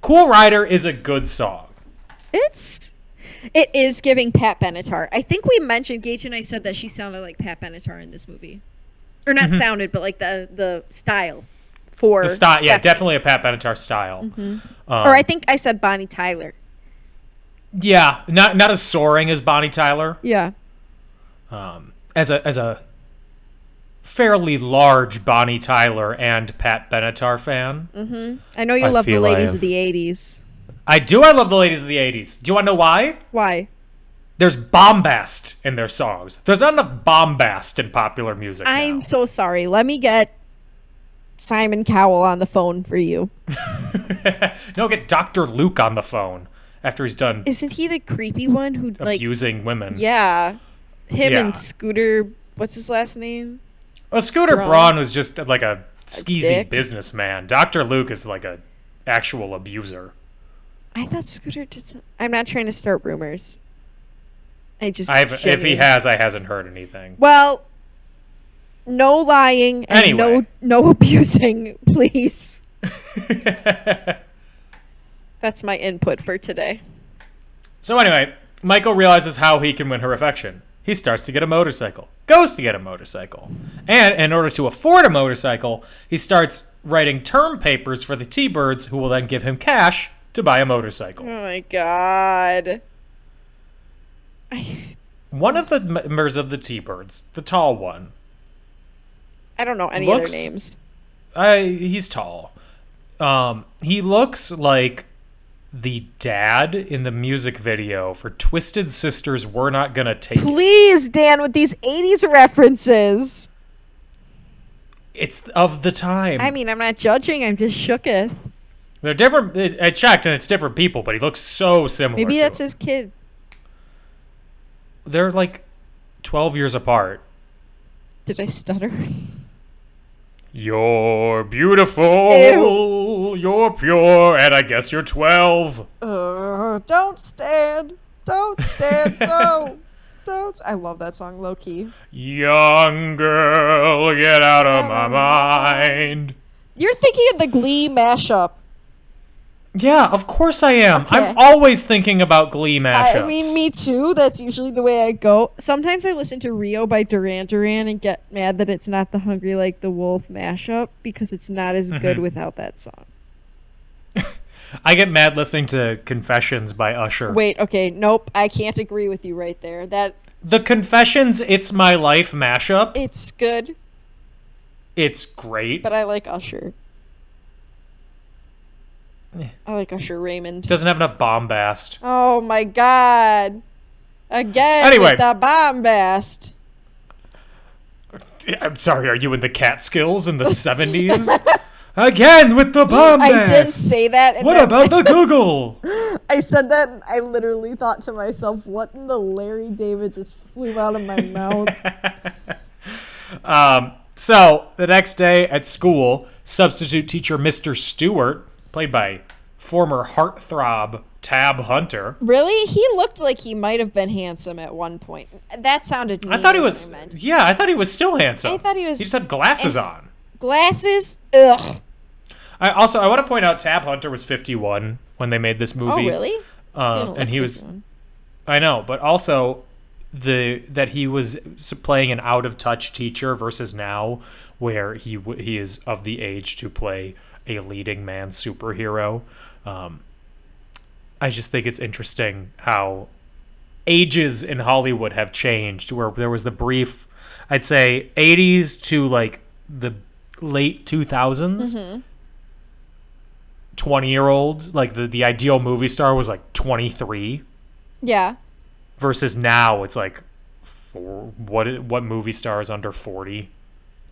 [SPEAKER 1] Cool Rider is a good song.
[SPEAKER 2] It's. It is giving Pat Benatar. I think we mentioned Gage and I said that she sounded like Pat Benatar in this movie, or not sounded, but like the the style for
[SPEAKER 1] Mm-hmm. The style, yeah,
[SPEAKER 2] Stephanie.
[SPEAKER 1] definitely a Pat Benatar style.
[SPEAKER 2] Or I think I said Bonnie Tyler.
[SPEAKER 1] Yeah, not not as soaring as Bonnie Tyler.
[SPEAKER 2] Yeah.
[SPEAKER 1] um, as a as a fairly large Bonnie Tyler and Pat Benatar fan.
[SPEAKER 2] I know you
[SPEAKER 1] I
[SPEAKER 2] love the
[SPEAKER 1] feel I
[SPEAKER 2] ladies
[SPEAKER 1] have-
[SPEAKER 2] of the 80s.
[SPEAKER 1] I do. I love the ladies of the '80s. Do you want to know why?
[SPEAKER 2] Why?
[SPEAKER 1] There's bombast in their songs. There's not enough bombast in popular music. now.
[SPEAKER 2] I'm so sorry. Let me get Simon Cowell on the phone for you.
[SPEAKER 1] no get Doctor Luke on the phone after he's done
[SPEAKER 2] Isn't he the creepy one who like
[SPEAKER 1] abusing women.
[SPEAKER 2] yeah, him
[SPEAKER 1] Yeah.
[SPEAKER 2] and Scooter, what's his last name?
[SPEAKER 1] Well, Scooter
[SPEAKER 2] Braun.
[SPEAKER 1] Braun was just like a skeezy
[SPEAKER 2] dick.
[SPEAKER 1] businessman. Doctor Luke is like a actual abuser.
[SPEAKER 2] I thought Scooter did some- I'm not trying to start rumors. I just
[SPEAKER 1] I've, if he
[SPEAKER 2] shimmy.
[SPEAKER 1] has, I hasn't heard anything.
[SPEAKER 2] Well, no lying and
[SPEAKER 1] Anyway.
[SPEAKER 2] no no abusing, please. That's my input for today.
[SPEAKER 1] So anyway, Michael realizes how he can win her affection. He starts to get a motorcycle, goes to get a motorcycle, and in order to afford a motorcycle, he starts writing term papers for the T-Birds, who will then give him cash to buy a motorcycle.
[SPEAKER 2] Oh my god.
[SPEAKER 1] One of the members of the T-Birds, the tall one,
[SPEAKER 2] I don't know any
[SPEAKER 1] Looks-
[SPEAKER 2] other names.
[SPEAKER 1] I, he's tall. Um, he looks like the dad in the music video for Twisted Sisters. We're not gonna take it.
[SPEAKER 2] Please, Dan, with these 80s references.
[SPEAKER 1] It's of the time.
[SPEAKER 2] I mean, I'm not judging, I'm just shooketh.
[SPEAKER 1] They're different. it- I checked, and it's different people, but he looks so similar.
[SPEAKER 2] Maybe
[SPEAKER 1] to
[SPEAKER 2] that's
[SPEAKER 1] him.
[SPEAKER 2] his kid.
[SPEAKER 1] They're like twelve years apart.
[SPEAKER 2] Did I stutter?
[SPEAKER 1] You're beautiful. You're pure, and I guess you're twelve.
[SPEAKER 2] Uh, don't stand. Don't stand so. Don't. I love that song, low key.
[SPEAKER 1] Young girl, get out of
[SPEAKER 2] Oh.
[SPEAKER 1] my mind.
[SPEAKER 2] You're thinking of the Glee mashup.
[SPEAKER 1] Yeah, of course I am.
[SPEAKER 2] Okay.
[SPEAKER 1] I'm always thinking about Glee mashups.
[SPEAKER 2] I mean, me too. That's usually the way I go. Sometimes I listen to Rio by Duran Duran and get mad that it's not the Hungry Like the Wolf mashup because it's not as good without that song.
[SPEAKER 1] I get mad listening to Confessions by Usher.
[SPEAKER 2] Wait, okay, nope. I can't agree with you right there. That
[SPEAKER 1] The Confessions "It's My Life" mashup.
[SPEAKER 2] it's good,
[SPEAKER 1] It's great.
[SPEAKER 2] but I like Usher. I like Usher Raymond.
[SPEAKER 1] Doesn't have enough bombast.
[SPEAKER 2] oh my god. Again
[SPEAKER 1] Anyway.
[SPEAKER 2] with the bombast.
[SPEAKER 1] I'm sorry, are you in the Catskills in the 70s? Again with the bomb
[SPEAKER 2] I did say that and
[SPEAKER 1] What
[SPEAKER 2] then
[SPEAKER 1] about the Google?
[SPEAKER 2] I said that and I literally thought to myself, what in the Larry David just flew out of my mouth?
[SPEAKER 1] Um, so the next day at school, substitute teacher Mr. Stewart, played by former heartthrob Tab Hunter.
[SPEAKER 2] really? He looked like he might have been handsome at one point. That sounded mean
[SPEAKER 1] I thought he
[SPEAKER 2] when
[SPEAKER 1] was
[SPEAKER 2] meant.
[SPEAKER 1] yeah, I thought he was still handsome.
[SPEAKER 2] I thought he was-
[SPEAKER 1] He just had glasses on.
[SPEAKER 2] Glasses? Ugh.
[SPEAKER 1] I also I want to point out Tab Hunter was 51 when they made this movie.
[SPEAKER 2] Oh, really?
[SPEAKER 1] Um,
[SPEAKER 2] don't
[SPEAKER 1] and
[SPEAKER 2] look
[SPEAKER 1] he
[SPEAKER 2] like
[SPEAKER 1] was,
[SPEAKER 2] one.
[SPEAKER 1] I know, but also the that he was s- playing an out of touch teacher versus now, where he w- he is of the age to play a leading man superhero. Um, I just think it's interesting how ages in Hollywood have changed. Where there was the brief, I'd say, '80s to like the late 2000s. 20 year old like the, the ideal movie star was like 23
[SPEAKER 2] Yeah.
[SPEAKER 1] versus now it's like four, what what movie star is under 40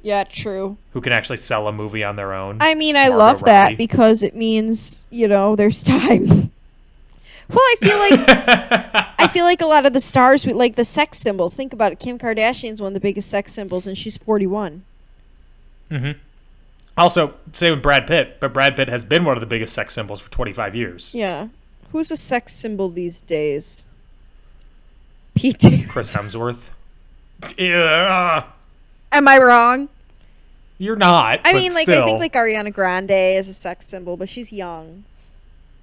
[SPEAKER 2] Yeah, true.
[SPEAKER 1] who can actually sell a movie on their own.
[SPEAKER 2] I mean, I
[SPEAKER 1] Margot
[SPEAKER 2] love that
[SPEAKER 1] Robbie.
[SPEAKER 2] because it means, you know, there's time. well, I feel like I feel like a lot of the stars with like the sex symbols. Think about it. Kim Kardashian's one of the biggest sex symbols and she's 41.
[SPEAKER 1] also, same with Brad Pitt, but Brad Pitt has been one of the biggest sex symbols for 25 years.
[SPEAKER 2] Yeah. Who's a sex symbol these days? Pete.
[SPEAKER 1] Chris Hemsworth. Yeah,
[SPEAKER 2] Am I wrong?
[SPEAKER 1] you're not.
[SPEAKER 2] I
[SPEAKER 1] but
[SPEAKER 2] mean, like I
[SPEAKER 1] still.
[SPEAKER 2] think like Ariana Grande is a sex symbol, but she's young.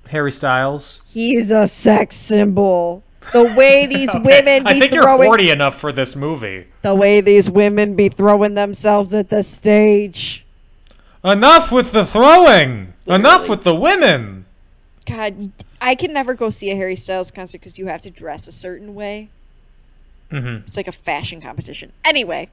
[SPEAKER 1] Harry Styles.
[SPEAKER 2] He's a sex symbol. The way these
[SPEAKER 1] Okay,
[SPEAKER 2] women be
[SPEAKER 1] I think you're
[SPEAKER 2] throwing
[SPEAKER 1] 40 enough for this movie.
[SPEAKER 2] the way these women be throwing themselves at the stage.
[SPEAKER 1] Enough with the throwing. Enough with the women.
[SPEAKER 2] God, I can never go see a Harry Styles concert because you have to dress a certain way.
[SPEAKER 1] Mm-hmm.
[SPEAKER 2] It's like a fashion competition. Anyway,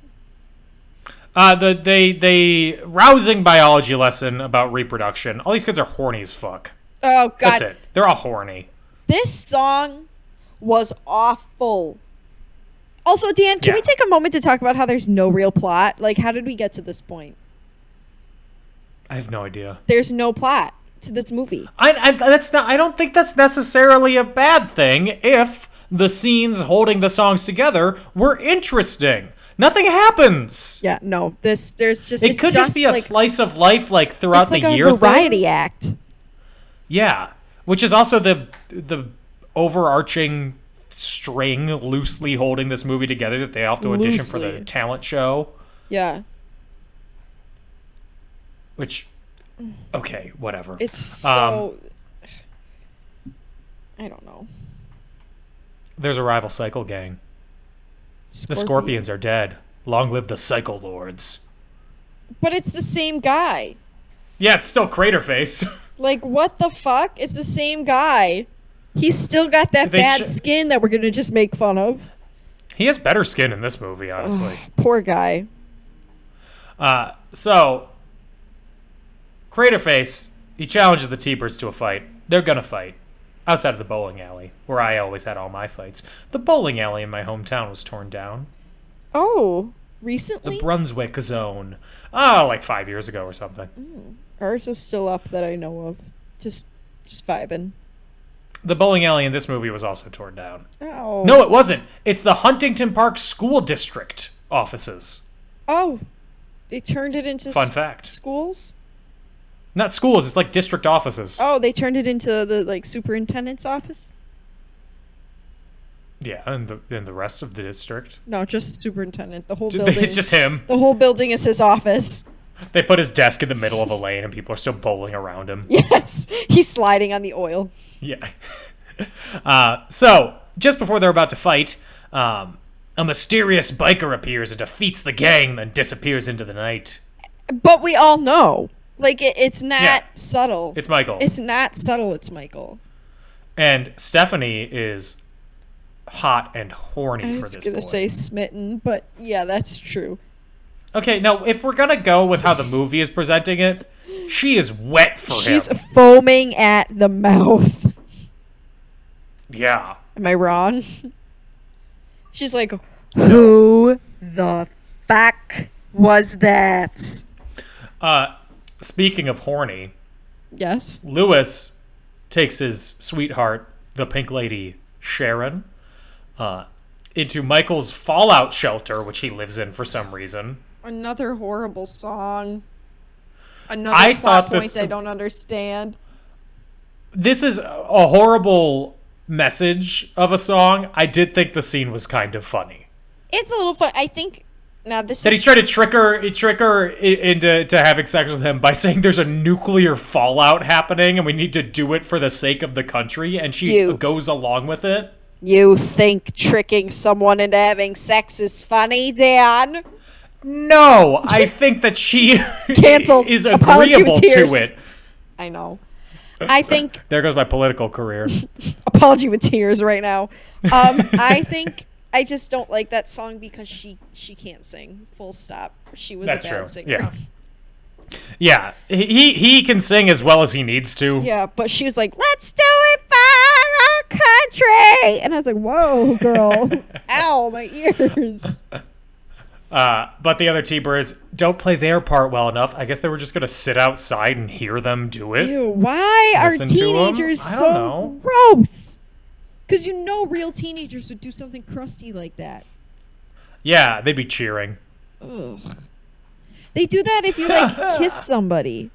[SPEAKER 1] Uh, the they they rousing biology lesson about reproduction. All these kids are horny as fuck.
[SPEAKER 2] oh God,
[SPEAKER 1] That's it. They're all horny.
[SPEAKER 2] this song was awful. Also, Dan, can we
[SPEAKER 1] Yeah.
[SPEAKER 2] take a moment to talk about how there's no real plot? Like, how did we get to this point?
[SPEAKER 1] I have no idea.
[SPEAKER 2] There's no plot to this movie.
[SPEAKER 1] I, I that's not. I don't think that's necessarily a bad thing if the scenes holding the songs together were interesting. Nothing happens.
[SPEAKER 2] Yeah, no, this there's just
[SPEAKER 1] It
[SPEAKER 2] it's
[SPEAKER 1] could just, be a
[SPEAKER 2] like,
[SPEAKER 1] slice of life, like throughout
[SPEAKER 2] it's like
[SPEAKER 1] the
[SPEAKER 2] a
[SPEAKER 1] year. thing.
[SPEAKER 2] variety act.
[SPEAKER 1] Yeah, which is also the the overarching string loosely holding this movie together that they have to audition for the
[SPEAKER 2] Loosely.
[SPEAKER 1] talent show.
[SPEAKER 2] Yeah,
[SPEAKER 1] Which, okay, whatever.
[SPEAKER 2] it's so.
[SPEAKER 1] Um,
[SPEAKER 2] I don't know.
[SPEAKER 1] There's a rival cycle gang. The scorpions are dead. Long live the cycle lords.
[SPEAKER 2] But it's the same guy.
[SPEAKER 1] Yeah, it's still crater face.
[SPEAKER 2] Like, what the fuck? It's the same guy. He's still got that
[SPEAKER 1] They
[SPEAKER 2] bad
[SPEAKER 1] should-
[SPEAKER 2] skin that we're gonna just make fun of.
[SPEAKER 1] he has better skin in this movie, honestly.
[SPEAKER 2] Poor guy.
[SPEAKER 1] Uh, so, Craterface, he challenges the T-Birds to a fight. They're gonna fight. Outside of the bowling alley, where I always had all my fights. The bowling alley in my hometown was torn down.
[SPEAKER 2] Oh,
[SPEAKER 1] The
[SPEAKER 2] recently
[SPEAKER 1] Brunswick Zone. Oh, like five years ago or something.
[SPEAKER 2] ours is still up that I know of. Just, just vibing.
[SPEAKER 1] The bowling alley in this movie was also torn down.
[SPEAKER 2] Oh
[SPEAKER 1] No, it wasn't. It's the Huntington Park School District offices.
[SPEAKER 2] Oh, they turned it into
[SPEAKER 1] Fun
[SPEAKER 2] s-
[SPEAKER 1] fact.
[SPEAKER 2] schools.
[SPEAKER 1] Not schools, it's like district offices.
[SPEAKER 2] Oh, they turned it into the like superintendent's office.
[SPEAKER 1] Yeah, and the, and the rest of the district.
[SPEAKER 2] No, just the superintendent. The whole building.
[SPEAKER 1] It's just him.
[SPEAKER 2] the whole building is his office.
[SPEAKER 1] They put his desk in the middle of a lane and people are still bowling around him.
[SPEAKER 2] Yes, he's sliding on the oil.
[SPEAKER 1] Yeah. Uh, so, just before they're about to fight, um, a mysterious biker appears and defeats the gang, then disappears into the night.
[SPEAKER 2] But we all know, like it, it's not
[SPEAKER 1] Yeah.
[SPEAKER 2] subtle.
[SPEAKER 1] It's Michael.
[SPEAKER 2] It's not subtle. It's Michael.
[SPEAKER 1] and Stephanie is hot and horny
[SPEAKER 2] I
[SPEAKER 1] for
[SPEAKER 2] was
[SPEAKER 1] this
[SPEAKER 2] gonna
[SPEAKER 1] boy.
[SPEAKER 2] say smitten, but yeah, that's true.
[SPEAKER 1] okay, now, if we're going to go with how the movie is presenting it, she is wet for
[SPEAKER 2] She's
[SPEAKER 1] him.
[SPEAKER 2] foaming at the mouth.
[SPEAKER 1] Yeah.
[SPEAKER 2] Am I wrong? She's like, who the fuck was that?
[SPEAKER 1] Uh, speaking of horny,
[SPEAKER 2] Yes.
[SPEAKER 1] Lewis takes his sweetheart, the pink lady, Sharon, uh, into Michael's fallout shelter, which he lives in for some reason.
[SPEAKER 2] Another horrible song. Another
[SPEAKER 1] I
[SPEAKER 2] plot
[SPEAKER 1] thought
[SPEAKER 2] point
[SPEAKER 1] this-
[SPEAKER 2] I don't understand.
[SPEAKER 1] This is a horrible message of a song. I did think the scene was kind of funny.
[SPEAKER 2] It's a little fun. I think now this
[SPEAKER 1] That
[SPEAKER 2] is
[SPEAKER 1] he's trying to trick her, trick her i- into to having sex with him by saying there's a nuclear fallout happening and we need to do it for the sake of the country, and she
[SPEAKER 2] You.
[SPEAKER 1] goes along with it.
[SPEAKER 2] You think tricking someone into having sex is funny, Dan?
[SPEAKER 1] No, I think that she
[SPEAKER 2] Canceled.
[SPEAKER 1] is
[SPEAKER 2] Apology with
[SPEAKER 1] agreeable
[SPEAKER 2] tears.
[SPEAKER 1] to it.
[SPEAKER 2] I know. I think
[SPEAKER 1] There goes my political career.
[SPEAKER 2] apology with tears right now. Um, I think I just don't like that song because she she can't sing. Full stop. She was
[SPEAKER 1] That's
[SPEAKER 2] a bad
[SPEAKER 1] true.
[SPEAKER 2] singer.
[SPEAKER 1] Yeah. Yeah, he he- he can sing as well as he needs to.
[SPEAKER 2] Yeah, but she was like, "Let's do it for our country," and I was like, "Whoa, girl! Ow, my ears!"
[SPEAKER 1] Uh, but the other T-Birds don't play their part well enough. I guess they were just going to sit outside and hear them do it.
[SPEAKER 2] Ew, why are
[SPEAKER 1] Listen to 'em?
[SPEAKER 2] teenagers
[SPEAKER 1] I don't
[SPEAKER 2] so
[SPEAKER 1] know.
[SPEAKER 2] gross? Because you know real teenagers would do something crusty like that.
[SPEAKER 1] Yeah, they'd be cheering.
[SPEAKER 2] Ugh. They do that if you like kiss somebody.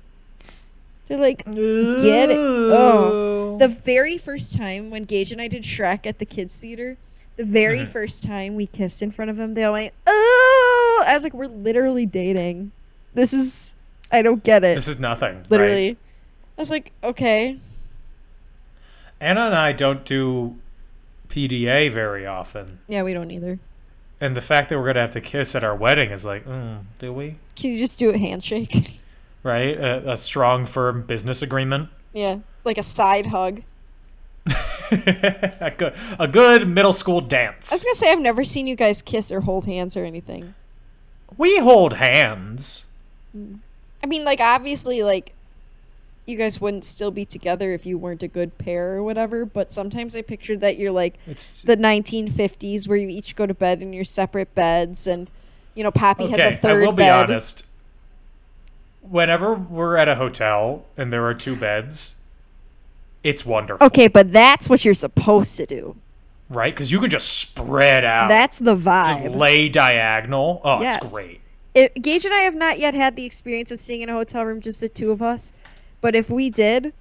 [SPEAKER 2] They're like, get it. Oh. The very first time when Gage and I did Shrek at the kids theater, the very
[SPEAKER 1] Uh-huh.
[SPEAKER 2] first time we kissed in front of them, they all went, "Oh!" I was like, "We're literally dating. This is, I don't get it.
[SPEAKER 1] This is nothing.
[SPEAKER 2] literally."
[SPEAKER 1] right?
[SPEAKER 2] I was like, "Okay,
[SPEAKER 1] Anna and I don't do PDA very often,
[SPEAKER 2] yeah, we don't either.
[SPEAKER 1] and the fact that we're going to have to kiss at our wedding is like, mm, do we?
[SPEAKER 2] Can you just do a handshake?
[SPEAKER 1] Right? A, a strong, firm business agreement.
[SPEAKER 2] yeah, like a side hug."
[SPEAKER 1] a, good, a good middle school
[SPEAKER 2] I was
[SPEAKER 1] dance.
[SPEAKER 2] gonna say I've never seen you guys kiss or hold hands or anything.
[SPEAKER 1] We hold hands.
[SPEAKER 2] I mean, like obviously, like you guys wouldn't still be together if you weren't a good pair or whatever. But sometimes I picture that you're like
[SPEAKER 1] It's
[SPEAKER 2] the 1950s where you each go to bed in your separate beds, and you know, Pappy has a
[SPEAKER 1] okay. I
[SPEAKER 2] third
[SPEAKER 1] will be
[SPEAKER 2] bed.
[SPEAKER 1] honest. Whenever we're at a hotel and there are two beds, it's wonderful,
[SPEAKER 2] Okay, but that's what you're supposed to do.
[SPEAKER 1] right? Because you can just spread out,
[SPEAKER 2] That's the
[SPEAKER 1] just
[SPEAKER 2] vibe.
[SPEAKER 1] lay diagonal. Oh,
[SPEAKER 2] Yes.
[SPEAKER 1] it's great.
[SPEAKER 2] If- Gage and I have not yet had the experience of staying in a hotel room, just the two of us. But if we did,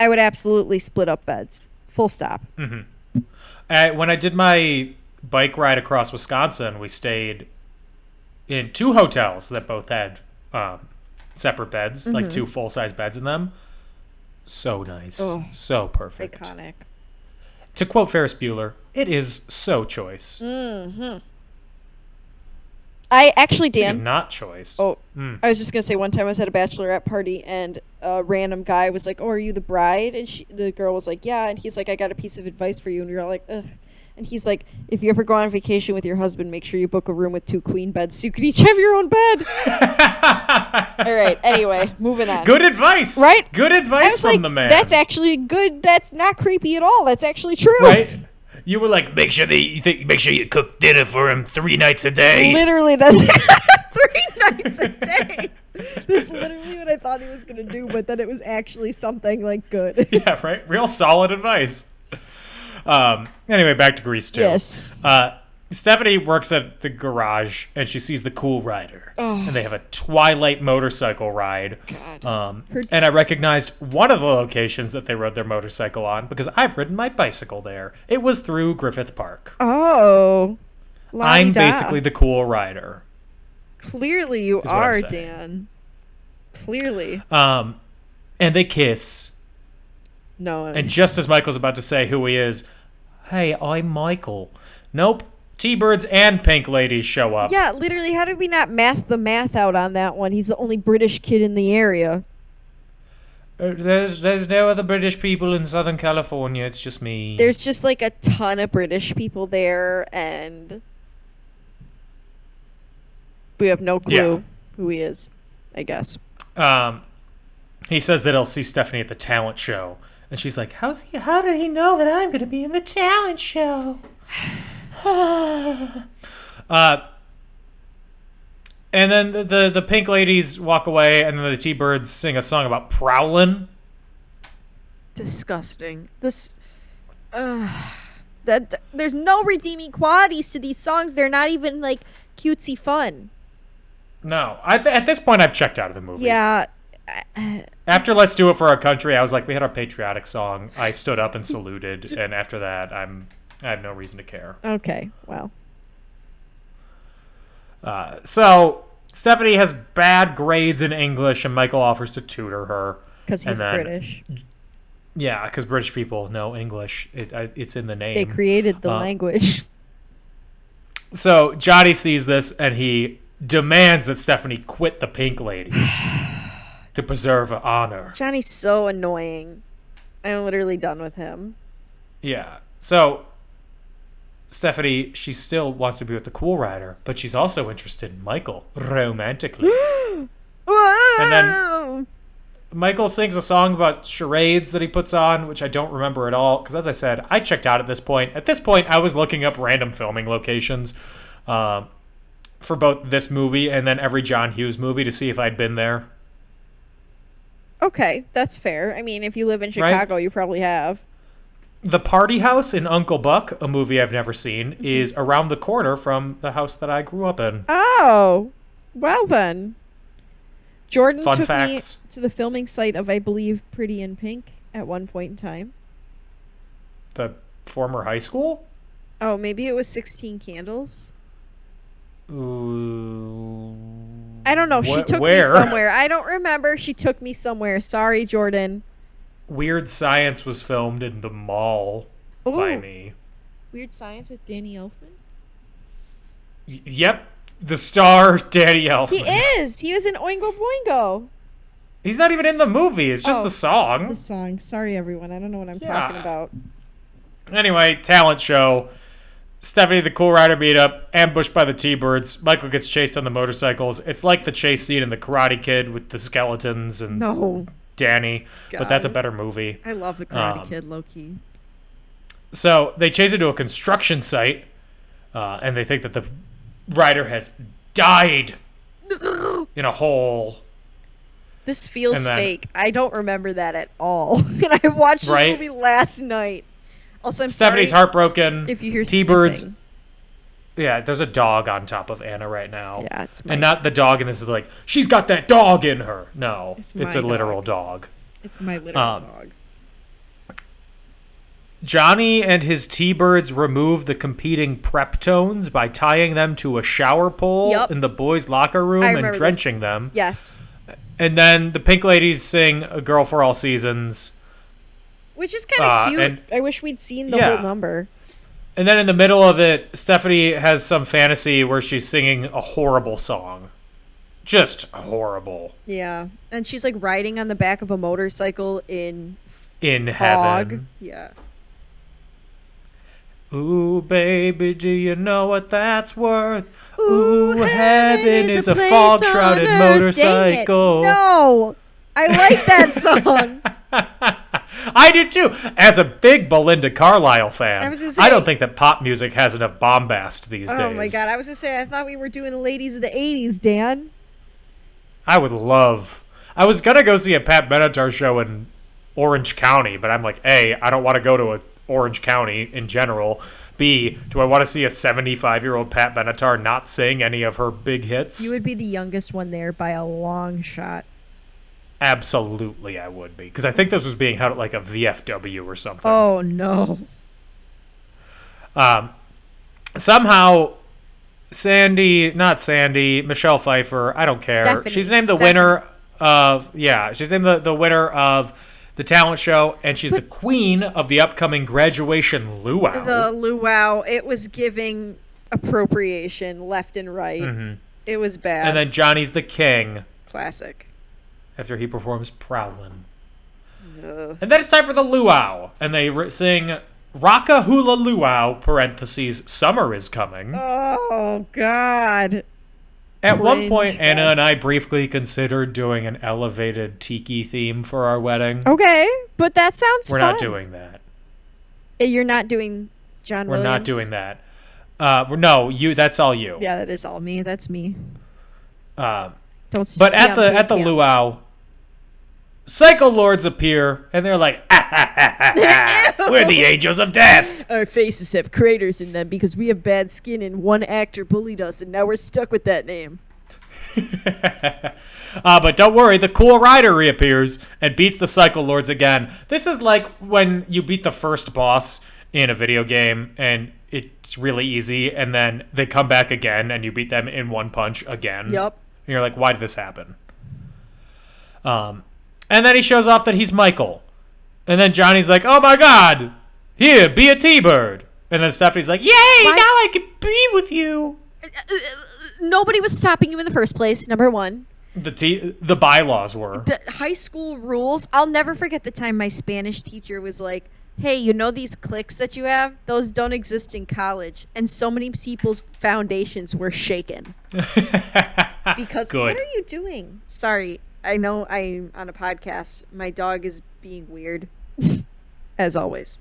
[SPEAKER 2] I would absolutely split up beds. Full stop.
[SPEAKER 1] Uh, when I did my bike ride across Wisconsin, we stayed in two hotels that both had um, separate beds,
[SPEAKER 2] Mm-hmm.
[SPEAKER 1] like two full size beds in them. So nice,
[SPEAKER 2] Oh.
[SPEAKER 1] so perfect.
[SPEAKER 2] Iconic.
[SPEAKER 1] To quote Ferris Bueller, "It is so choice,
[SPEAKER 2] Mm. I actually, Dan.
[SPEAKER 1] not choice."
[SPEAKER 2] Oh, I was just gonna say one time I was at a bachelorette party and a random guy was like, "Oh, are you the bride?" And she, the girl was like, "Yeah." And he's like, "I got a piece of advice for you." And we are all like, "Ugh." And he's like, "If you ever go on vacation with your husband, make sure you book a room with two queen beds so you can each have your own bed." all right. Anyway, moving on.
[SPEAKER 1] Good advice,
[SPEAKER 2] Right?
[SPEAKER 1] Good
[SPEAKER 2] I
[SPEAKER 1] advice
[SPEAKER 2] was
[SPEAKER 1] from
[SPEAKER 2] like,
[SPEAKER 1] the man.
[SPEAKER 2] "That's actually good. That's not creepy at all. That's actually true."
[SPEAKER 1] right. You were like, make sure that you think, make sure you cook dinner for him three nights a day.
[SPEAKER 2] Literally, that's three nights a day. That's literally what I thought he was gonna do, but then it was actually something like good.
[SPEAKER 1] yeah, right. Real solid advice. Um. Anyway, back to Greece too.
[SPEAKER 2] Yes.
[SPEAKER 1] Uh, Stephanie works at the garage and she sees the cool rider, and they have a twilight motorcycle ride. God. Um. And I recognized one of the locations that they rode their motorcycle on because I've ridden my bicycle there. It was through Griffith Park.
[SPEAKER 2] Oh.
[SPEAKER 1] I'm
[SPEAKER 2] La-di-da.
[SPEAKER 1] basically the cool rider.
[SPEAKER 2] Clearly you
[SPEAKER 1] what I'm
[SPEAKER 2] are,
[SPEAKER 1] saying.
[SPEAKER 2] Dan. Clearly.
[SPEAKER 1] Um, and they kiss.
[SPEAKER 2] No.
[SPEAKER 1] And just as Michael's about to say who he is, hey, I'm Michael. Nope. T Birds and Pink Ladies show up.
[SPEAKER 2] Yeah, literally, how did we not math the math out on that one? He's the only British kid in the area.
[SPEAKER 1] Uh, There's there's no other British people in Southern California. It's just me.
[SPEAKER 2] There's just like a ton of British people there and we have no clue
[SPEAKER 1] Yeah.
[SPEAKER 2] who he is, I guess.
[SPEAKER 1] um, he says that he'll see Stephanie at the talent show, and she's like, "How's he? How did he know that I'm going to be in the talent show?" uh, and then the, the the Pink Ladies walk away, and then the T Birds sing a song about prowling.
[SPEAKER 2] Disgusting. This Ugh. that there's no redeeming qualities to these songs. They're not even like cutesy fun.
[SPEAKER 1] No, I th- at this point I've checked out of the movie.
[SPEAKER 2] Yeah,
[SPEAKER 1] After "Let's Do It for Our Country," I was like, we had our patriotic song. I stood up and saluted, and after that, I'm I have no reason to care.
[SPEAKER 2] Okay. Wow.
[SPEAKER 1] Uh, so Stephanie has bad grades in English, and Michael offers to tutor her.
[SPEAKER 2] Because
[SPEAKER 1] And
[SPEAKER 2] he's
[SPEAKER 1] then
[SPEAKER 2] British.
[SPEAKER 1] Yeah, because British people know English. It, I, it's in the name.
[SPEAKER 2] They created the
[SPEAKER 1] uh,
[SPEAKER 2] language.
[SPEAKER 1] so Johnny sees this, and he demands that Stephanie quit the Pink Ladies to preserve her honor.
[SPEAKER 2] Johnny's so annoying. I'm literally done with him.
[SPEAKER 1] Yeah. So Stephanie, she still wants to be with the cool rider, but she's also interested in Michael romantically.
[SPEAKER 2] And
[SPEAKER 1] then- Michael sings a song about charades that he puts on, which I don't remember at all. Because as I said, I checked out at this point. At this point, I was looking up random filming locations um, for both this movie and then every John Hughes movie to see if I'd been there.
[SPEAKER 2] Okay, that's fair. I mean, if you live in Chicago, you probably have.
[SPEAKER 1] The Party House in Uncle Buck, a movie I've never seen, is around the corner from the house that I grew up in.
[SPEAKER 2] Oh, well then. Jordan
[SPEAKER 1] Fun
[SPEAKER 2] took
[SPEAKER 1] facts.
[SPEAKER 2] me to the filming site of, I believe, Pretty in Pink at one point in time.
[SPEAKER 1] The former high school?
[SPEAKER 2] Oh, maybe it was 16 Candles.
[SPEAKER 1] Ooh.
[SPEAKER 2] I don't know. she
[SPEAKER 1] Wh-
[SPEAKER 2] took
[SPEAKER 1] where?
[SPEAKER 2] me somewhere. I don't remember. She took me somewhere. Sorry, Jordan.
[SPEAKER 1] Weird Science was filmed in the mall by
[SPEAKER 2] Ooh.
[SPEAKER 1] me.
[SPEAKER 2] Weird Science with Danny Elfman.
[SPEAKER 1] Y- yep, the star Danny Elfman.
[SPEAKER 2] He is. He was in Oingo Boingo.
[SPEAKER 1] He's not even in the movie. It's just
[SPEAKER 2] Oh.
[SPEAKER 1] the song.
[SPEAKER 2] The song. Sorry, everyone. I don't know what I'm
[SPEAKER 1] Yeah.
[SPEAKER 2] talking about.
[SPEAKER 1] Anyway, talent show. Stephanie the Cool Rider meetup, ambushed by the T Birds. Michael gets chased on the motorcycles. It's like the chase scene in The Karate Kid with the skeletons and
[SPEAKER 2] No,
[SPEAKER 1] Danny, but that's a
[SPEAKER 2] God.
[SPEAKER 1] better movie.
[SPEAKER 2] I love the Karate
[SPEAKER 1] Um,
[SPEAKER 2] Kid, Loki.
[SPEAKER 1] So they chase it to a construction site, uh, and they think that the rider has died in a hole.
[SPEAKER 2] This feels
[SPEAKER 1] and then-
[SPEAKER 2] fake. I don't remember that at all. and I watched this
[SPEAKER 1] Right?
[SPEAKER 2] movie last night. Also, I'm
[SPEAKER 1] Stephanie's
[SPEAKER 2] sorry
[SPEAKER 1] heartbroken.
[SPEAKER 2] if you hear
[SPEAKER 1] T-Birds.
[SPEAKER 2] sniffing.
[SPEAKER 1] Yeah, there's a dog on top of Anna right now.
[SPEAKER 2] Yeah, it's
[SPEAKER 1] and
[SPEAKER 2] my-
[SPEAKER 1] not the dog, and this is like she's got that dog in her. No,
[SPEAKER 2] It's
[SPEAKER 1] it's,
[SPEAKER 2] my
[SPEAKER 1] a literal dog.
[SPEAKER 2] It's my literal
[SPEAKER 1] Um,
[SPEAKER 2] dog.
[SPEAKER 1] Johnny and his T-Birds remove the competing prep tones by tying them to a shower pole
[SPEAKER 2] Yup.
[SPEAKER 1] in the boys' locker room
[SPEAKER 2] I
[SPEAKER 1] and
[SPEAKER 2] remember this.
[SPEAKER 1] drenching them.
[SPEAKER 2] Yes,
[SPEAKER 1] And then the Pink Ladies sing "A Girl for All Seasons."
[SPEAKER 2] which is kind of
[SPEAKER 1] uh,
[SPEAKER 2] cute.
[SPEAKER 1] and-
[SPEAKER 2] I wish we'd seen the
[SPEAKER 1] Yeah.
[SPEAKER 2] whole number.
[SPEAKER 1] And then in the middle of it, Stephanie has some fantasy where she's singing a horrible song. Just horrible.
[SPEAKER 2] Yeah, and she's like riding on the back of a motorcycle in
[SPEAKER 1] In
[SPEAKER 2] fog.
[SPEAKER 1] heaven.
[SPEAKER 2] Yeah.
[SPEAKER 1] Ooh, baby, do you know what that's worth?
[SPEAKER 2] Ooh,
[SPEAKER 1] Ooh, heaven is a fog
[SPEAKER 2] place
[SPEAKER 1] shrouded
[SPEAKER 2] on earth. Dang it.
[SPEAKER 1] motorcycle.
[SPEAKER 2] No, I like that song.
[SPEAKER 1] I do too. As a big Belinda Carlisle fan,
[SPEAKER 2] I
[SPEAKER 1] I,
[SPEAKER 2] was gonna say-
[SPEAKER 1] don't think that pop music has enough bombast these days.
[SPEAKER 2] oh my god, I was gonna say I thought we were doing ladies of the '80s, Dan.
[SPEAKER 1] I would love. I was gonna go see a Pat Benatar show in Orange County, but I'm like, a, I don't want to go to a Orange County in general. B, do I want to see a 75 year old Pat Benatar not sing any of her big hits?
[SPEAKER 2] You would be the youngest one there by a long shot.
[SPEAKER 1] Absolutely, I would be because I think this was being held at like a VFW or something.
[SPEAKER 2] Oh no.
[SPEAKER 1] Um, somehow, Sandy, not Sandy, Michelle Pfeiffer, I don't care.
[SPEAKER 2] Stephanie,
[SPEAKER 1] She's named the
[SPEAKER 2] Stephanie.
[SPEAKER 1] winner of yeah. She's named the, the winner of the talent show, and she's the queen of the upcoming graduation luau.
[SPEAKER 2] The luau, it was giving appropriation left and right. It was bad.
[SPEAKER 1] Mm-hmm. and then Johnny's the king
[SPEAKER 2] Classic.
[SPEAKER 1] after he performs Prowlin'.
[SPEAKER 2] Ugh.
[SPEAKER 1] And then it's time for the luau, and they re- sing Rocka Hula Luau (parentheses Summer is coming).
[SPEAKER 2] Oh god.
[SPEAKER 1] At one
[SPEAKER 2] Cringe
[SPEAKER 1] point, Anna
[SPEAKER 2] fest.
[SPEAKER 1] and I briefly considered doing an elevated tiki theme for our wedding.
[SPEAKER 2] Okay, but that sounds.
[SPEAKER 1] We're not
[SPEAKER 2] Oh, fun.
[SPEAKER 1] doing that.
[SPEAKER 2] Eh, You're not doing John.
[SPEAKER 1] We're not doing
[SPEAKER 2] Williams?
[SPEAKER 1] that. Uh, we're- no, you. That's all you.
[SPEAKER 2] Yeah, that is all me. That's me.
[SPEAKER 1] Uh,
[SPEAKER 2] Don't.
[SPEAKER 1] but
[SPEAKER 2] TM,
[SPEAKER 1] at the at the
[SPEAKER 2] TM.
[SPEAKER 1] luau, cycle lords appear and they're like, ah, ha, ha, ha, ha. "We're the angels of death."
[SPEAKER 2] Our faces have craters in them because we have bad skin, and one actor bullied us, and now we're stuck with that name.
[SPEAKER 1] Uh, but don't worry, the cool rider reappears and beats the cycle lords again. This is like when you beat the first boss in a video game and it's really easy, and then they come back again and you beat them in one punch again.
[SPEAKER 2] Yup.
[SPEAKER 1] And you're like, why did this happen? Um, and then he shows off that he's Michael. And then Johnny's like, oh my God, here, be a T Bird. And then Stephanie's like, yay, now I can be with you.
[SPEAKER 2] Nobody was stopping you in the first place. Number one,
[SPEAKER 1] The, t- the bylaws were.
[SPEAKER 2] the high school rules. I'll never forget the time my Spanish teacher was like, "Hey, you know these cliques that you have? Those don't exist in college." And so many people's foundations were shaken because
[SPEAKER 1] Good.
[SPEAKER 2] what are you doing? Sorry, I know I'm on a podcast. My dog is being weird, as always.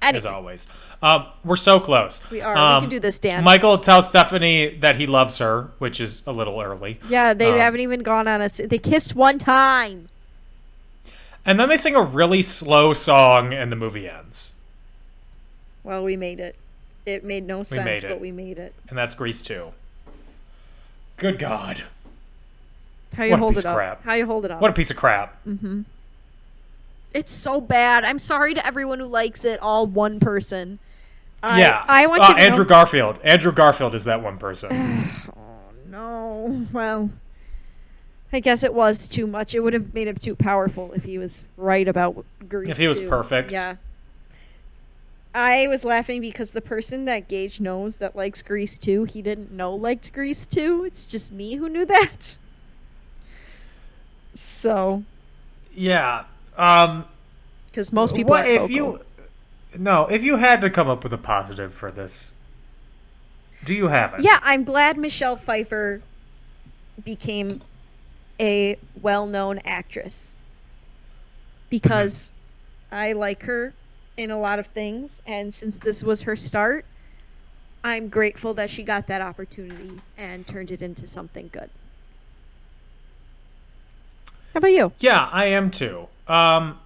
[SPEAKER 2] Any-
[SPEAKER 1] as always. Um, we're so close.
[SPEAKER 2] We are. We
[SPEAKER 1] Um,
[SPEAKER 2] can do this, Dan.
[SPEAKER 1] Michael tells Stephanie that he loves her, which is a little early.
[SPEAKER 2] Yeah, they
[SPEAKER 1] Um,
[SPEAKER 2] haven't even gone on a. s- They kissed one time.
[SPEAKER 1] And then they sing a really slow song, and the movie ends.
[SPEAKER 2] Well, we made it. It made no sense,
[SPEAKER 1] made it.
[SPEAKER 2] but we made it.
[SPEAKER 1] And that's Grease 2. Good God.
[SPEAKER 2] How you
[SPEAKER 1] What a
[SPEAKER 2] hold
[SPEAKER 1] piece
[SPEAKER 2] it
[SPEAKER 1] of
[SPEAKER 2] up?
[SPEAKER 1] crap.
[SPEAKER 2] How you hold it up?
[SPEAKER 1] What a piece of crap.
[SPEAKER 2] it's so bad. I'm sorry to everyone who likes it. All one person. I,
[SPEAKER 1] yeah.
[SPEAKER 2] I want
[SPEAKER 1] Uh,
[SPEAKER 2] you to
[SPEAKER 1] Andrew
[SPEAKER 2] know-
[SPEAKER 1] Garfield. Andrew Garfield is that one person.
[SPEAKER 2] No. Oh, Well, I guess it was too much. It would have made him too powerful if he was right about Greece.
[SPEAKER 1] If he was perfect.
[SPEAKER 2] Yeah. I was laughing because the person that Gage knows that likes Grease too, he didn't know liked Grease too. It's just me who knew that. So,
[SPEAKER 1] yeah. Um,
[SPEAKER 2] because most people.
[SPEAKER 1] what
[SPEAKER 2] aren't
[SPEAKER 1] if
[SPEAKER 2] vocal.
[SPEAKER 1] you. No, if you had to come up with a positive for this, do you have it?
[SPEAKER 2] Yeah, I'm glad Michelle Pfeiffer became a well known actress because I like her in a lot of things. And since this was her start, I'm grateful that she got that opportunity and turned it into something good. How about you?
[SPEAKER 1] Yeah, I am too. Um,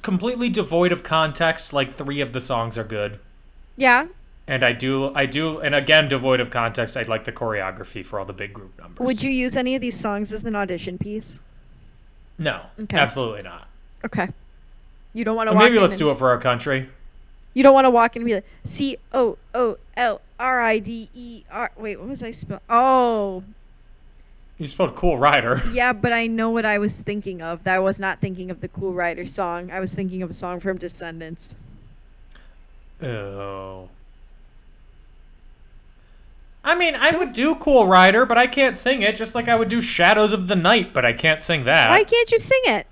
[SPEAKER 1] completely devoid of context. Like three of the songs are good,
[SPEAKER 2] Yeah.
[SPEAKER 1] and I do, I do, and again devoid of context. I like the choreography for all the big group numbers.
[SPEAKER 2] Would you use any of these songs as an audition piece?
[SPEAKER 1] No,
[SPEAKER 2] Okay.
[SPEAKER 1] absolutely not.
[SPEAKER 2] Okay. You don't want to
[SPEAKER 1] But
[SPEAKER 2] walk
[SPEAKER 1] maybe
[SPEAKER 2] in
[SPEAKER 1] let's
[SPEAKER 2] and-
[SPEAKER 1] do it for our country.
[SPEAKER 2] You don't want to walk in and be like C O O L R I D E R. Wait, what was I spell? Oh,
[SPEAKER 1] You spelled cool rider.
[SPEAKER 2] yeah, but I know what I was thinking of. That I was not thinking of the Cool Rider song. I was thinking of a song from Descendants.
[SPEAKER 1] Oh. I mean, I would do Cool Rider, but I can't sing it, just like I would do Shadows of the Night, but I can't sing that.
[SPEAKER 2] Why can't you sing it?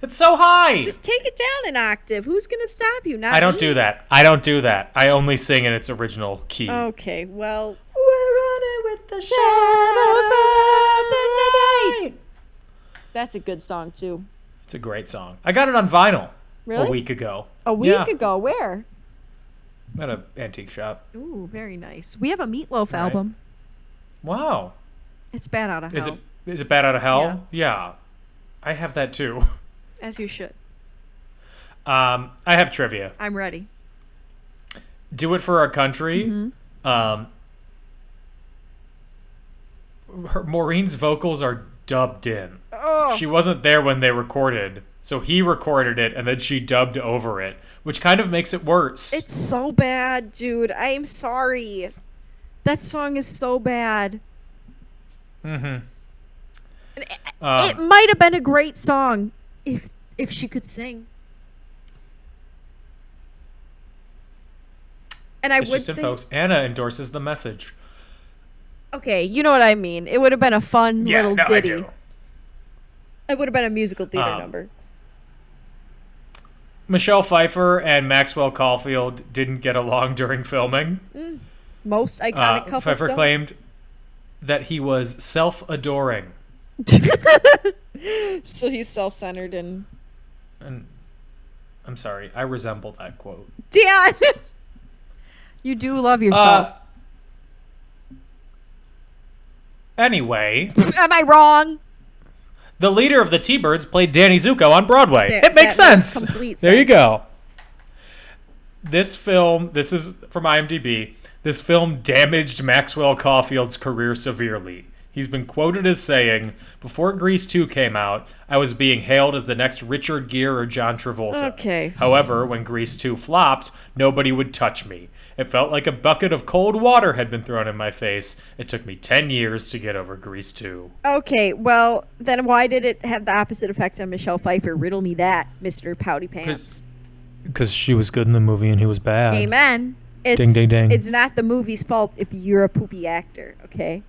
[SPEAKER 1] It's so high!
[SPEAKER 2] Just take it down an octave. Who's gonna stop you? Not
[SPEAKER 1] I don't
[SPEAKER 2] me.
[SPEAKER 1] do that. I don't do that. I only sing in its original key.
[SPEAKER 2] Okay, well,
[SPEAKER 1] We're running with the shadows of the night.
[SPEAKER 2] that's a good song too.
[SPEAKER 1] It's a great song. I got it on vinyl
[SPEAKER 2] Really? Oh.
[SPEAKER 1] a week ago.
[SPEAKER 2] A week
[SPEAKER 1] Yeah.
[SPEAKER 2] ago, where?
[SPEAKER 1] at an antique shop.
[SPEAKER 2] Ooh, very nice. We have a Meatloaf album.
[SPEAKER 1] Wow.
[SPEAKER 2] It's bad out of hell,
[SPEAKER 1] Is it is it bad out of hell? Yeah. I have that too.
[SPEAKER 2] as you should.
[SPEAKER 1] Um, I have trivia.
[SPEAKER 2] I'm ready.
[SPEAKER 1] Do it for our country.
[SPEAKER 2] Mm-hmm.
[SPEAKER 1] Um, her, Maureen's vocals are dubbed in.
[SPEAKER 2] Oh,
[SPEAKER 1] She wasn't there when they recorded, so he recorded it and then she dubbed over it, which kind of makes it worse.
[SPEAKER 2] It's so bad, dude. I am sorry. That song is so bad.
[SPEAKER 1] Mm-hmm. Um,
[SPEAKER 2] it might have been a great song if if she could sing. And I
[SPEAKER 1] it's
[SPEAKER 2] would
[SPEAKER 1] just in
[SPEAKER 2] sing.
[SPEAKER 1] folks. Anna endorses the message.
[SPEAKER 2] Okay, you know what I mean. It would have been a fun
[SPEAKER 1] Yeah,
[SPEAKER 2] little
[SPEAKER 1] no, I
[SPEAKER 2] ditty.
[SPEAKER 1] do.
[SPEAKER 2] It would have been a musical theater
[SPEAKER 1] Um,
[SPEAKER 2] number.
[SPEAKER 1] Michelle Pfeiffer and Maxwell Caulfield didn't get along during filming.
[SPEAKER 2] Most
[SPEAKER 1] Uh,
[SPEAKER 2] iconic couple
[SPEAKER 1] Pfeiffer
[SPEAKER 2] stuff.
[SPEAKER 1] claimed that he was self-adoring.
[SPEAKER 2] so he's self-centered and
[SPEAKER 1] And I'm sorry, I resemble that quote.
[SPEAKER 2] Dan. you do love
[SPEAKER 1] Uh,
[SPEAKER 2] yourself.
[SPEAKER 1] anyway,
[SPEAKER 2] Am I wrong?
[SPEAKER 1] the leader of the T-Birds played Danny Zuko on Broadway.
[SPEAKER 2] There-
[SPEAKER 1] it makes
[SPEAKER 2] that makes
[SPEAKER 1] sense.
[SPEAKER 2] complete
[SPEAKER 1] there you
[SPEAKER 2] sense.
[SPEAKER 1] go. This film, this is from IMDb. This film damaged Maxwell Caulfield's career severely. He's been quoted as saying, "Before Grease 2 came out, I was being hailed as the next Richard Gere or John Travolta."
[SPEAKER 2] Okay.
[SPEAKER 1] However, when Grease 2 flopped, nobody would touch me. It felt like a bucket of cold water had been thrown in my face. It took me 10 years to get over Grease 2.
[SPEAKER 2] Okay, well then why did it have the opposite effect on Michelle Pfeiffer? Riddle me that, Mr. Pouty Pants.
[SPEAKER 1] Because she was good in the movie and he was bad.
[SPEAKER 2] Amen. It's,
[SPEAKER 1] Ding, ding, ding.
[SPEAKER 2] It's not the movie's fault if you're a poopy actor, okay?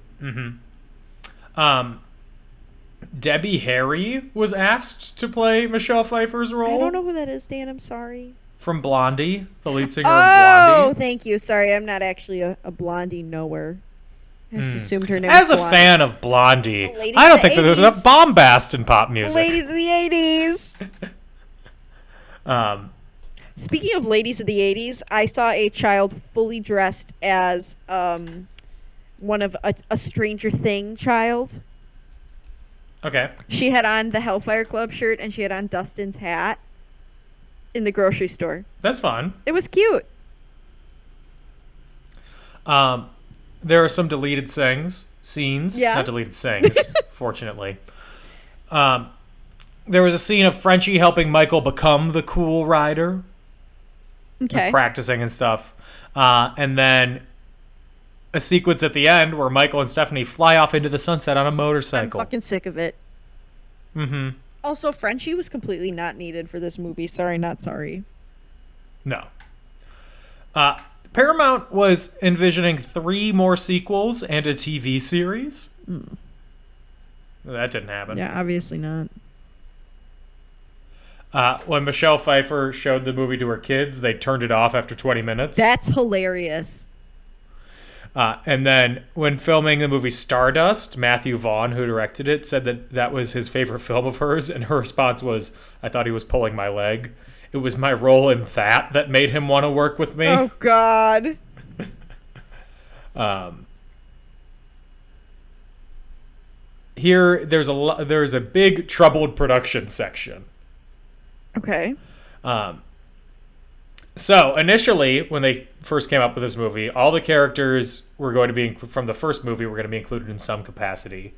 [SPEAKER 1] Um, Debbie Harry was asked to play Michelle Pfeiffer's role
[SPEAKER 2] I don't know who that is, Dan. I'm sorry.
[SPEAKER 1] from Blondie, the lead singer of
[SPEAKER 2] Oh,
[SPEAKER 1] Blondie.
[SPEAKER 2] thank you. Sorry, I'm not actually a, a blondie knower. I just assumed her name.
[SPEAKER 1] Hmm. As
[SPEAKER 2] was
[SPEAKER 1] a
[SPEAKER 2] Blondie.
[SPEAKER 1] fan of Blondie,
[SPEAKER 2] lady
[SPEAKER 1] I don't
[SPEAKER 2] of the
[SPEAKER 1] think that there's enough
[SPEAKER 2] 80s.
[SPEAKER 1] bombast in pop music.
[SPEAKER 2] ladies of the '80s.
[SPEAKER 1] Um,
[SPEAKER 2] Speaking of ladies of the 80s, I saw a child fully dressed as um, one of a, a Stranger Thing child.
[SPEAKER 1] Okay.
[SPEAKER 2] She had on the Hellfire Club shirt and she had on Dustin's hat in the grocery store.
[SPEAKER 1] That's fun.
[SPEAKER 2] It was cute.
[SPEAKER 1] Um, there are some deleted sings, scenes,
[SPEAKER 2] Yeah.
[SPEAKER 1] not deleted sings, fortunately. Um, there was a scene of Frenchie helping Michael become the cool rider,
[SPEAKER 2] Okay.
[SPEAKER 1] practicing and stuff. Uh, and then a sequence at the end where Michael and Stephanie fly off into the sunset on a
[SPEAKER 2] I'm
[SPEAKER 1] motorcycle.
[SPEAKER 2] fucking sick of it.
[SPEAKER 1] Mhm.
[SPEAKER 2] Also, Frenchie was completely not needed for this movie. Sorry, not sorry.
[SPEAKER 1] No. Uh, Paramount was envisioning three more sequels and a TV series. That didn't happen.
[SPEAKER 2] Hmm. Yeah, obviously not.
[SPEAKER 1] Uh, when Michelle Pfeiffer showed the movie to her kids, they turned it off after 20 minutes.
[SPEAKER 2] That's hilarious.
[SPEAKER 1] Uh, and then when filming the movie Stardust, Matthew Vaughn, who directed it, said that that was his favorite film of hers. And her response was, I thought he was pulling my leg. It was my role in that that made him want to work with me.
[SPEAKER 2] Oh God.
[SPEAKER 1] Um, here, there's a lo- there's a big troubled production section.
[SPEAKER 2] Okay.
[SPEAKER 1] Um, so initially, when they first came up with this movie, all the characters were going to be inclu- from the first movie were going to be included in some capacity.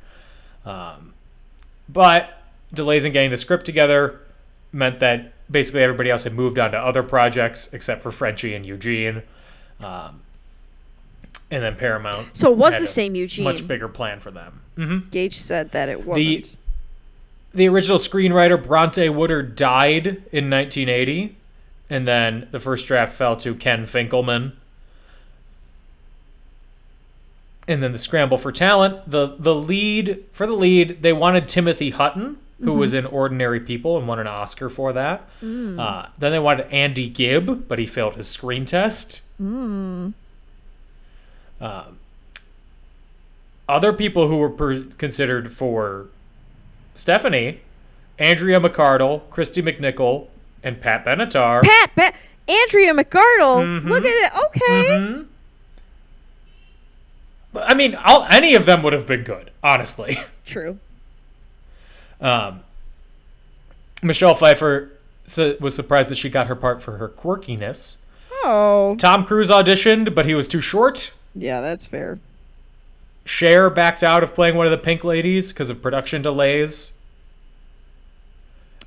[SPEAKER 1] Um, but delays in getting the script together meant that basically everybody else had moved on to other projects except for Frenchie and Eugene. Um, and then Paramount.
[SPEAKER 2] So it was
[SPEAKER 1] had
[SPEAKER 2] the
[SPEAKER 1] a
[SPEAKER 2] same Eugene.
[SPEAKER 1] Much bigger plan for them. hmm
[SPEAKER 2] Gage said that it wasn't.
[SPEAKER 1] the original screenwriter Bronte Woodard died in 1980, and then the first draft fell to Ken Finkelman. And then the scramble for talent. the The lead for the lead, they wanted Timothy Hutton, who was in Ordinary People and won an Oscar for that. Uh, then they wanted Andy Gibb, but he failed his screen test. Um, other people who were per- considered for Stephanie, Andrea McCardle, Christy McNichol, and Pat Benatar.
[SPEAKER 2] Pat, Pat, Andrea McArdle.
[SPEAKER 1] Mm-hmm.
[SPEAKER 2] Look at it. Okay.
[SPEAKER 1] I mean, all, any of them would have been good, honestly.
[SPEAKER 2] True.
[SPEAKER 1] Um, Michelle Pfeiffer su- was surprised that she got her part for her quirkiness.
[SPEAKER 2] Oh.
[SPEAKER 1] Tom Cruise auditioned, but he was too short.
[SPEAKER 2] Yeah, that's fair.
[SPEAKER 1] Cher backed out of playing one of the Pink Ladies because of production delays.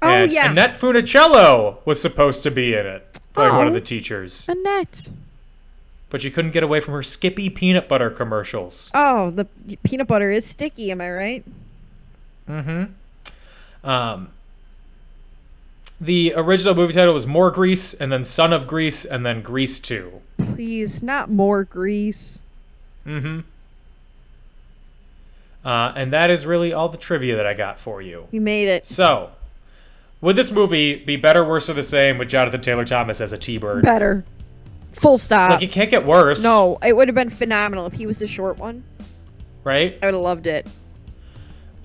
[SPEAKER 2] Oh
[SPEAKER 1] and
[SPEAKER 2] yeah.
[SPEAKER 1] Annette Funicello was supposed to be in it, playing one of
[SPEAKER 2] Oh.
[SPEAKER 1] the teachers,
[SPEAKER 2] Annette.
[SPEAKER 1] but she couldn't get away from her Skippy peanut butter commercials.
[SPEAKER 2] Oh, the peanut butter is sticky. Am I right?
[SPEAKER 1] Um, the original movie title was More Grease, and then Son of Grease, and then Grease 2.
[SPEAKER 2] Please, not more grease.
[SPEAKER 1] Uh, and that is really all the trivia that I got for you.
[SPEAKER 2] We made it.
[SPEAKER 1] So, would this movie be better, worse, or the same with Jonathan Taylor Thomas as a T Bird?
[SPEAKER 2] Better. Full stop.
[SPEAKER 1] Like, it can't get worse.
[SPEAKER 2] No, it would have been phenomenal if he was the short one.
[SPEAKER 1] Right?
[SPEAKER 2] I would have loved it.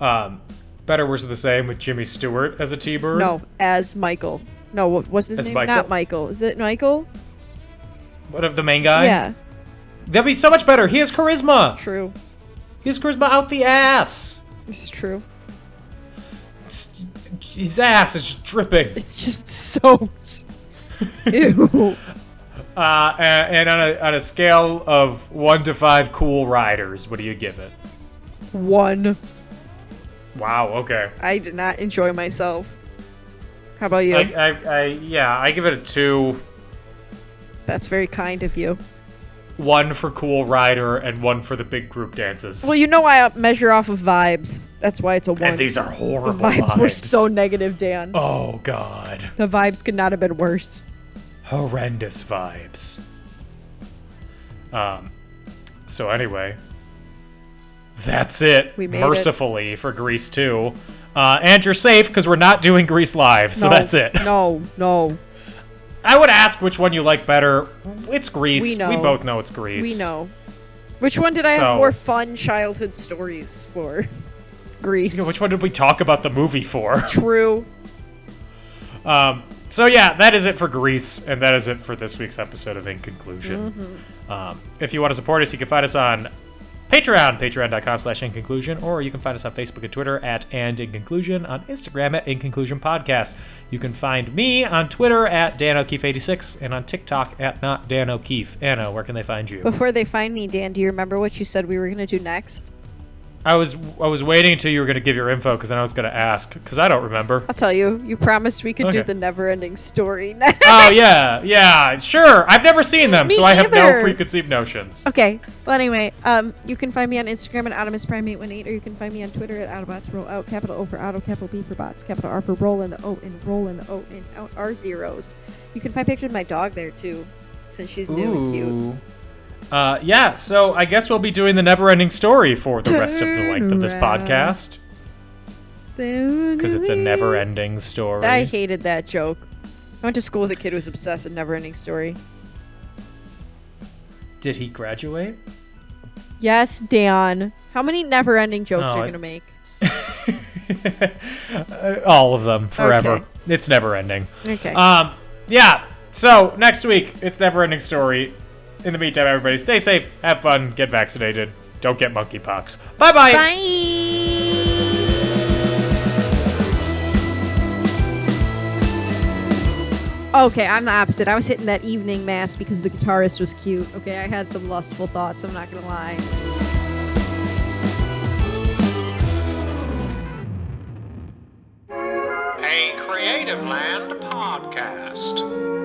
[SPEAKER 1] Um, better, worse, or the same with Jimmy Stewart as a T Bird?
[SPEAKER 2] No, as Michael. No, what was his
[SPEAKER 1] As
[SPEAKER 2] name?
[SPEAKER 1] Michael?
[SPEAKER 2] Not Michael. Is it Michael?
[SPEAKER 1] What of the main guy?
[SPEAKER 2] yeah,
[SPEAKER 1] That'd be so much better. He has charisma.
[SPEAKER 2] true.
[SPEAKER 1] He has charisma out the ass.
[SPEAKER 2] It's true.
[SPEAKER 1] It's- his ass is just dripping.
[SPEAKER 2] It's just soaked. Ew.
[SPEAKER 1] Uh, and and on a, on a scale of one to five cool riders, what do you give it?
[SPEAKER 2] One.
[SPEAKER 1] Wow. Okay.
[SPEAKER 2] I did not enjoy myself. How about you?
[SPEAKER 1] I, uh I, I, yeah, I give it a two.
[SPEAKER 2] That's very kind of you.
[SPEAKER 1] One for cool rider and one for the big group dances.
[SPEAKER 2] Well, you know I measure off of vibes. That's why it's a one.
[SPEAKER 1] and these are horrible
[SPEAKER 2] vibes, were so negative, Dan.
[SPEAKER 1] oh god,
[SPEAKER 2] The vibes could not have been worse.
[SPEAKER 1] horrendous vibes. Um. So anyway, that's it.
[SPEAKER 2] We made it.
[SPEAKER 1] mercifully for Grease two. Uh, and you're safe because we're not doing Grease live, so
[SPEAKER 2] No,
[SPEAKER 1] that's it.
[SPEAKER 2] No, no.
[SPEAKER 1] I would ask which one you like better. It's Grease.
[SPEAKER 2] We
[SPEAKER 1] We,
[SPEAKER 2] know.
[SPEAKER 1] both know it's Grease.
[SPEAKER 2] We know. Which one did I have
[SPEAKER 1] So-
[SPEAKER 2] more fun childhood stories for? Greece.
[SPEAKER 1] You know, which one did we talk about the movie for?
[SPEAKER 2] True.
[SPEAKER 1] Um, So yeah, that is it for Greece, and that is it for this week's episode of In Conclusion.
[SPEAKER 2] Mm-hmm.
[SPEAKER 1] Um, if you want to support us, you can find us on Patreon, patreon.com slash In Conclusion, or you can find us on Facebook and Twitter at And In Conclusion, on Instagram at In Conclusion Podcast. You can find me on Twitter at Dan O'Keefe86, and on TikTok at Not Dan O'Keefe. Anna, where can they find you?
[SPEAKER 2] Before they find me, Dan, do you remember what you said we were going to do next?
[SPEAKER 1] I was I was waiting until you were going to give your info because then I was going to ask because I don't remember.
[SPEAKER 2] I'll tell you. You promised we could
[SPEAKER 1] Okay.
[SPEAKER 2] do the never-ending story next.
[SPEAKER 1] Oh yeah, yeah, sure. I've never seen them,
[SPEAKER 2] Me
[SPEAKER 1] so I have no
[SPEAKER 2] either.
[SPEAKER 1] preconceived notions.
[SPEAKER 2] Okay. Well, anyway, um, you can find me on Instagram at Automus Prime 818, or you can find me on Twitter at Autobots Roll Out, capital O for Auto, capital B for Bots, capital R for Roll, and the O in Roll, and the O in Out are zeros. You can find pictures of my dog there, too, since she's new and cute.
[SPEAKER 1] Uh, yeah, so I guess we'll be doing the never ending story for the rest of the length of this
[SPEAKER 2] Turn around.
[SPEAKER 1] podcast because it's a never ending story.
[SPEAKER 2] I hated that joke. I went to school with a kid who was obsessed with Never Ending Story.
[SPEAKER 1] Did he graduate?
[SPEAKER 2] Yes, Dan. How many never ending jokes
[SPEAKER 1] Oh,
[SPEAKER 2] are
[SPEAKER 1] I-
[SPEAKER 2] you going to make?
[SPEAKER 1] Uh, All of them forever.
[SPEAKER 2] Okay.
[SPEAKER 1] It's never ending.
[SPEAKER 2] Okay.
[SPEAKER 1] Um, yeah, so next week, it's never ending story. In the meantime, everybody stay safe, have fun, get vaccinated, don't get monkeypox. Bye bye.
[SPEAKER 2] Bye. Okay, I'm the opposite. I was hitting that evening mass because the guitarist was cute. Okay, I had some lustful thoughts, I'm not gonna lie.
[SPEAKER 3] a Creative Land podcast.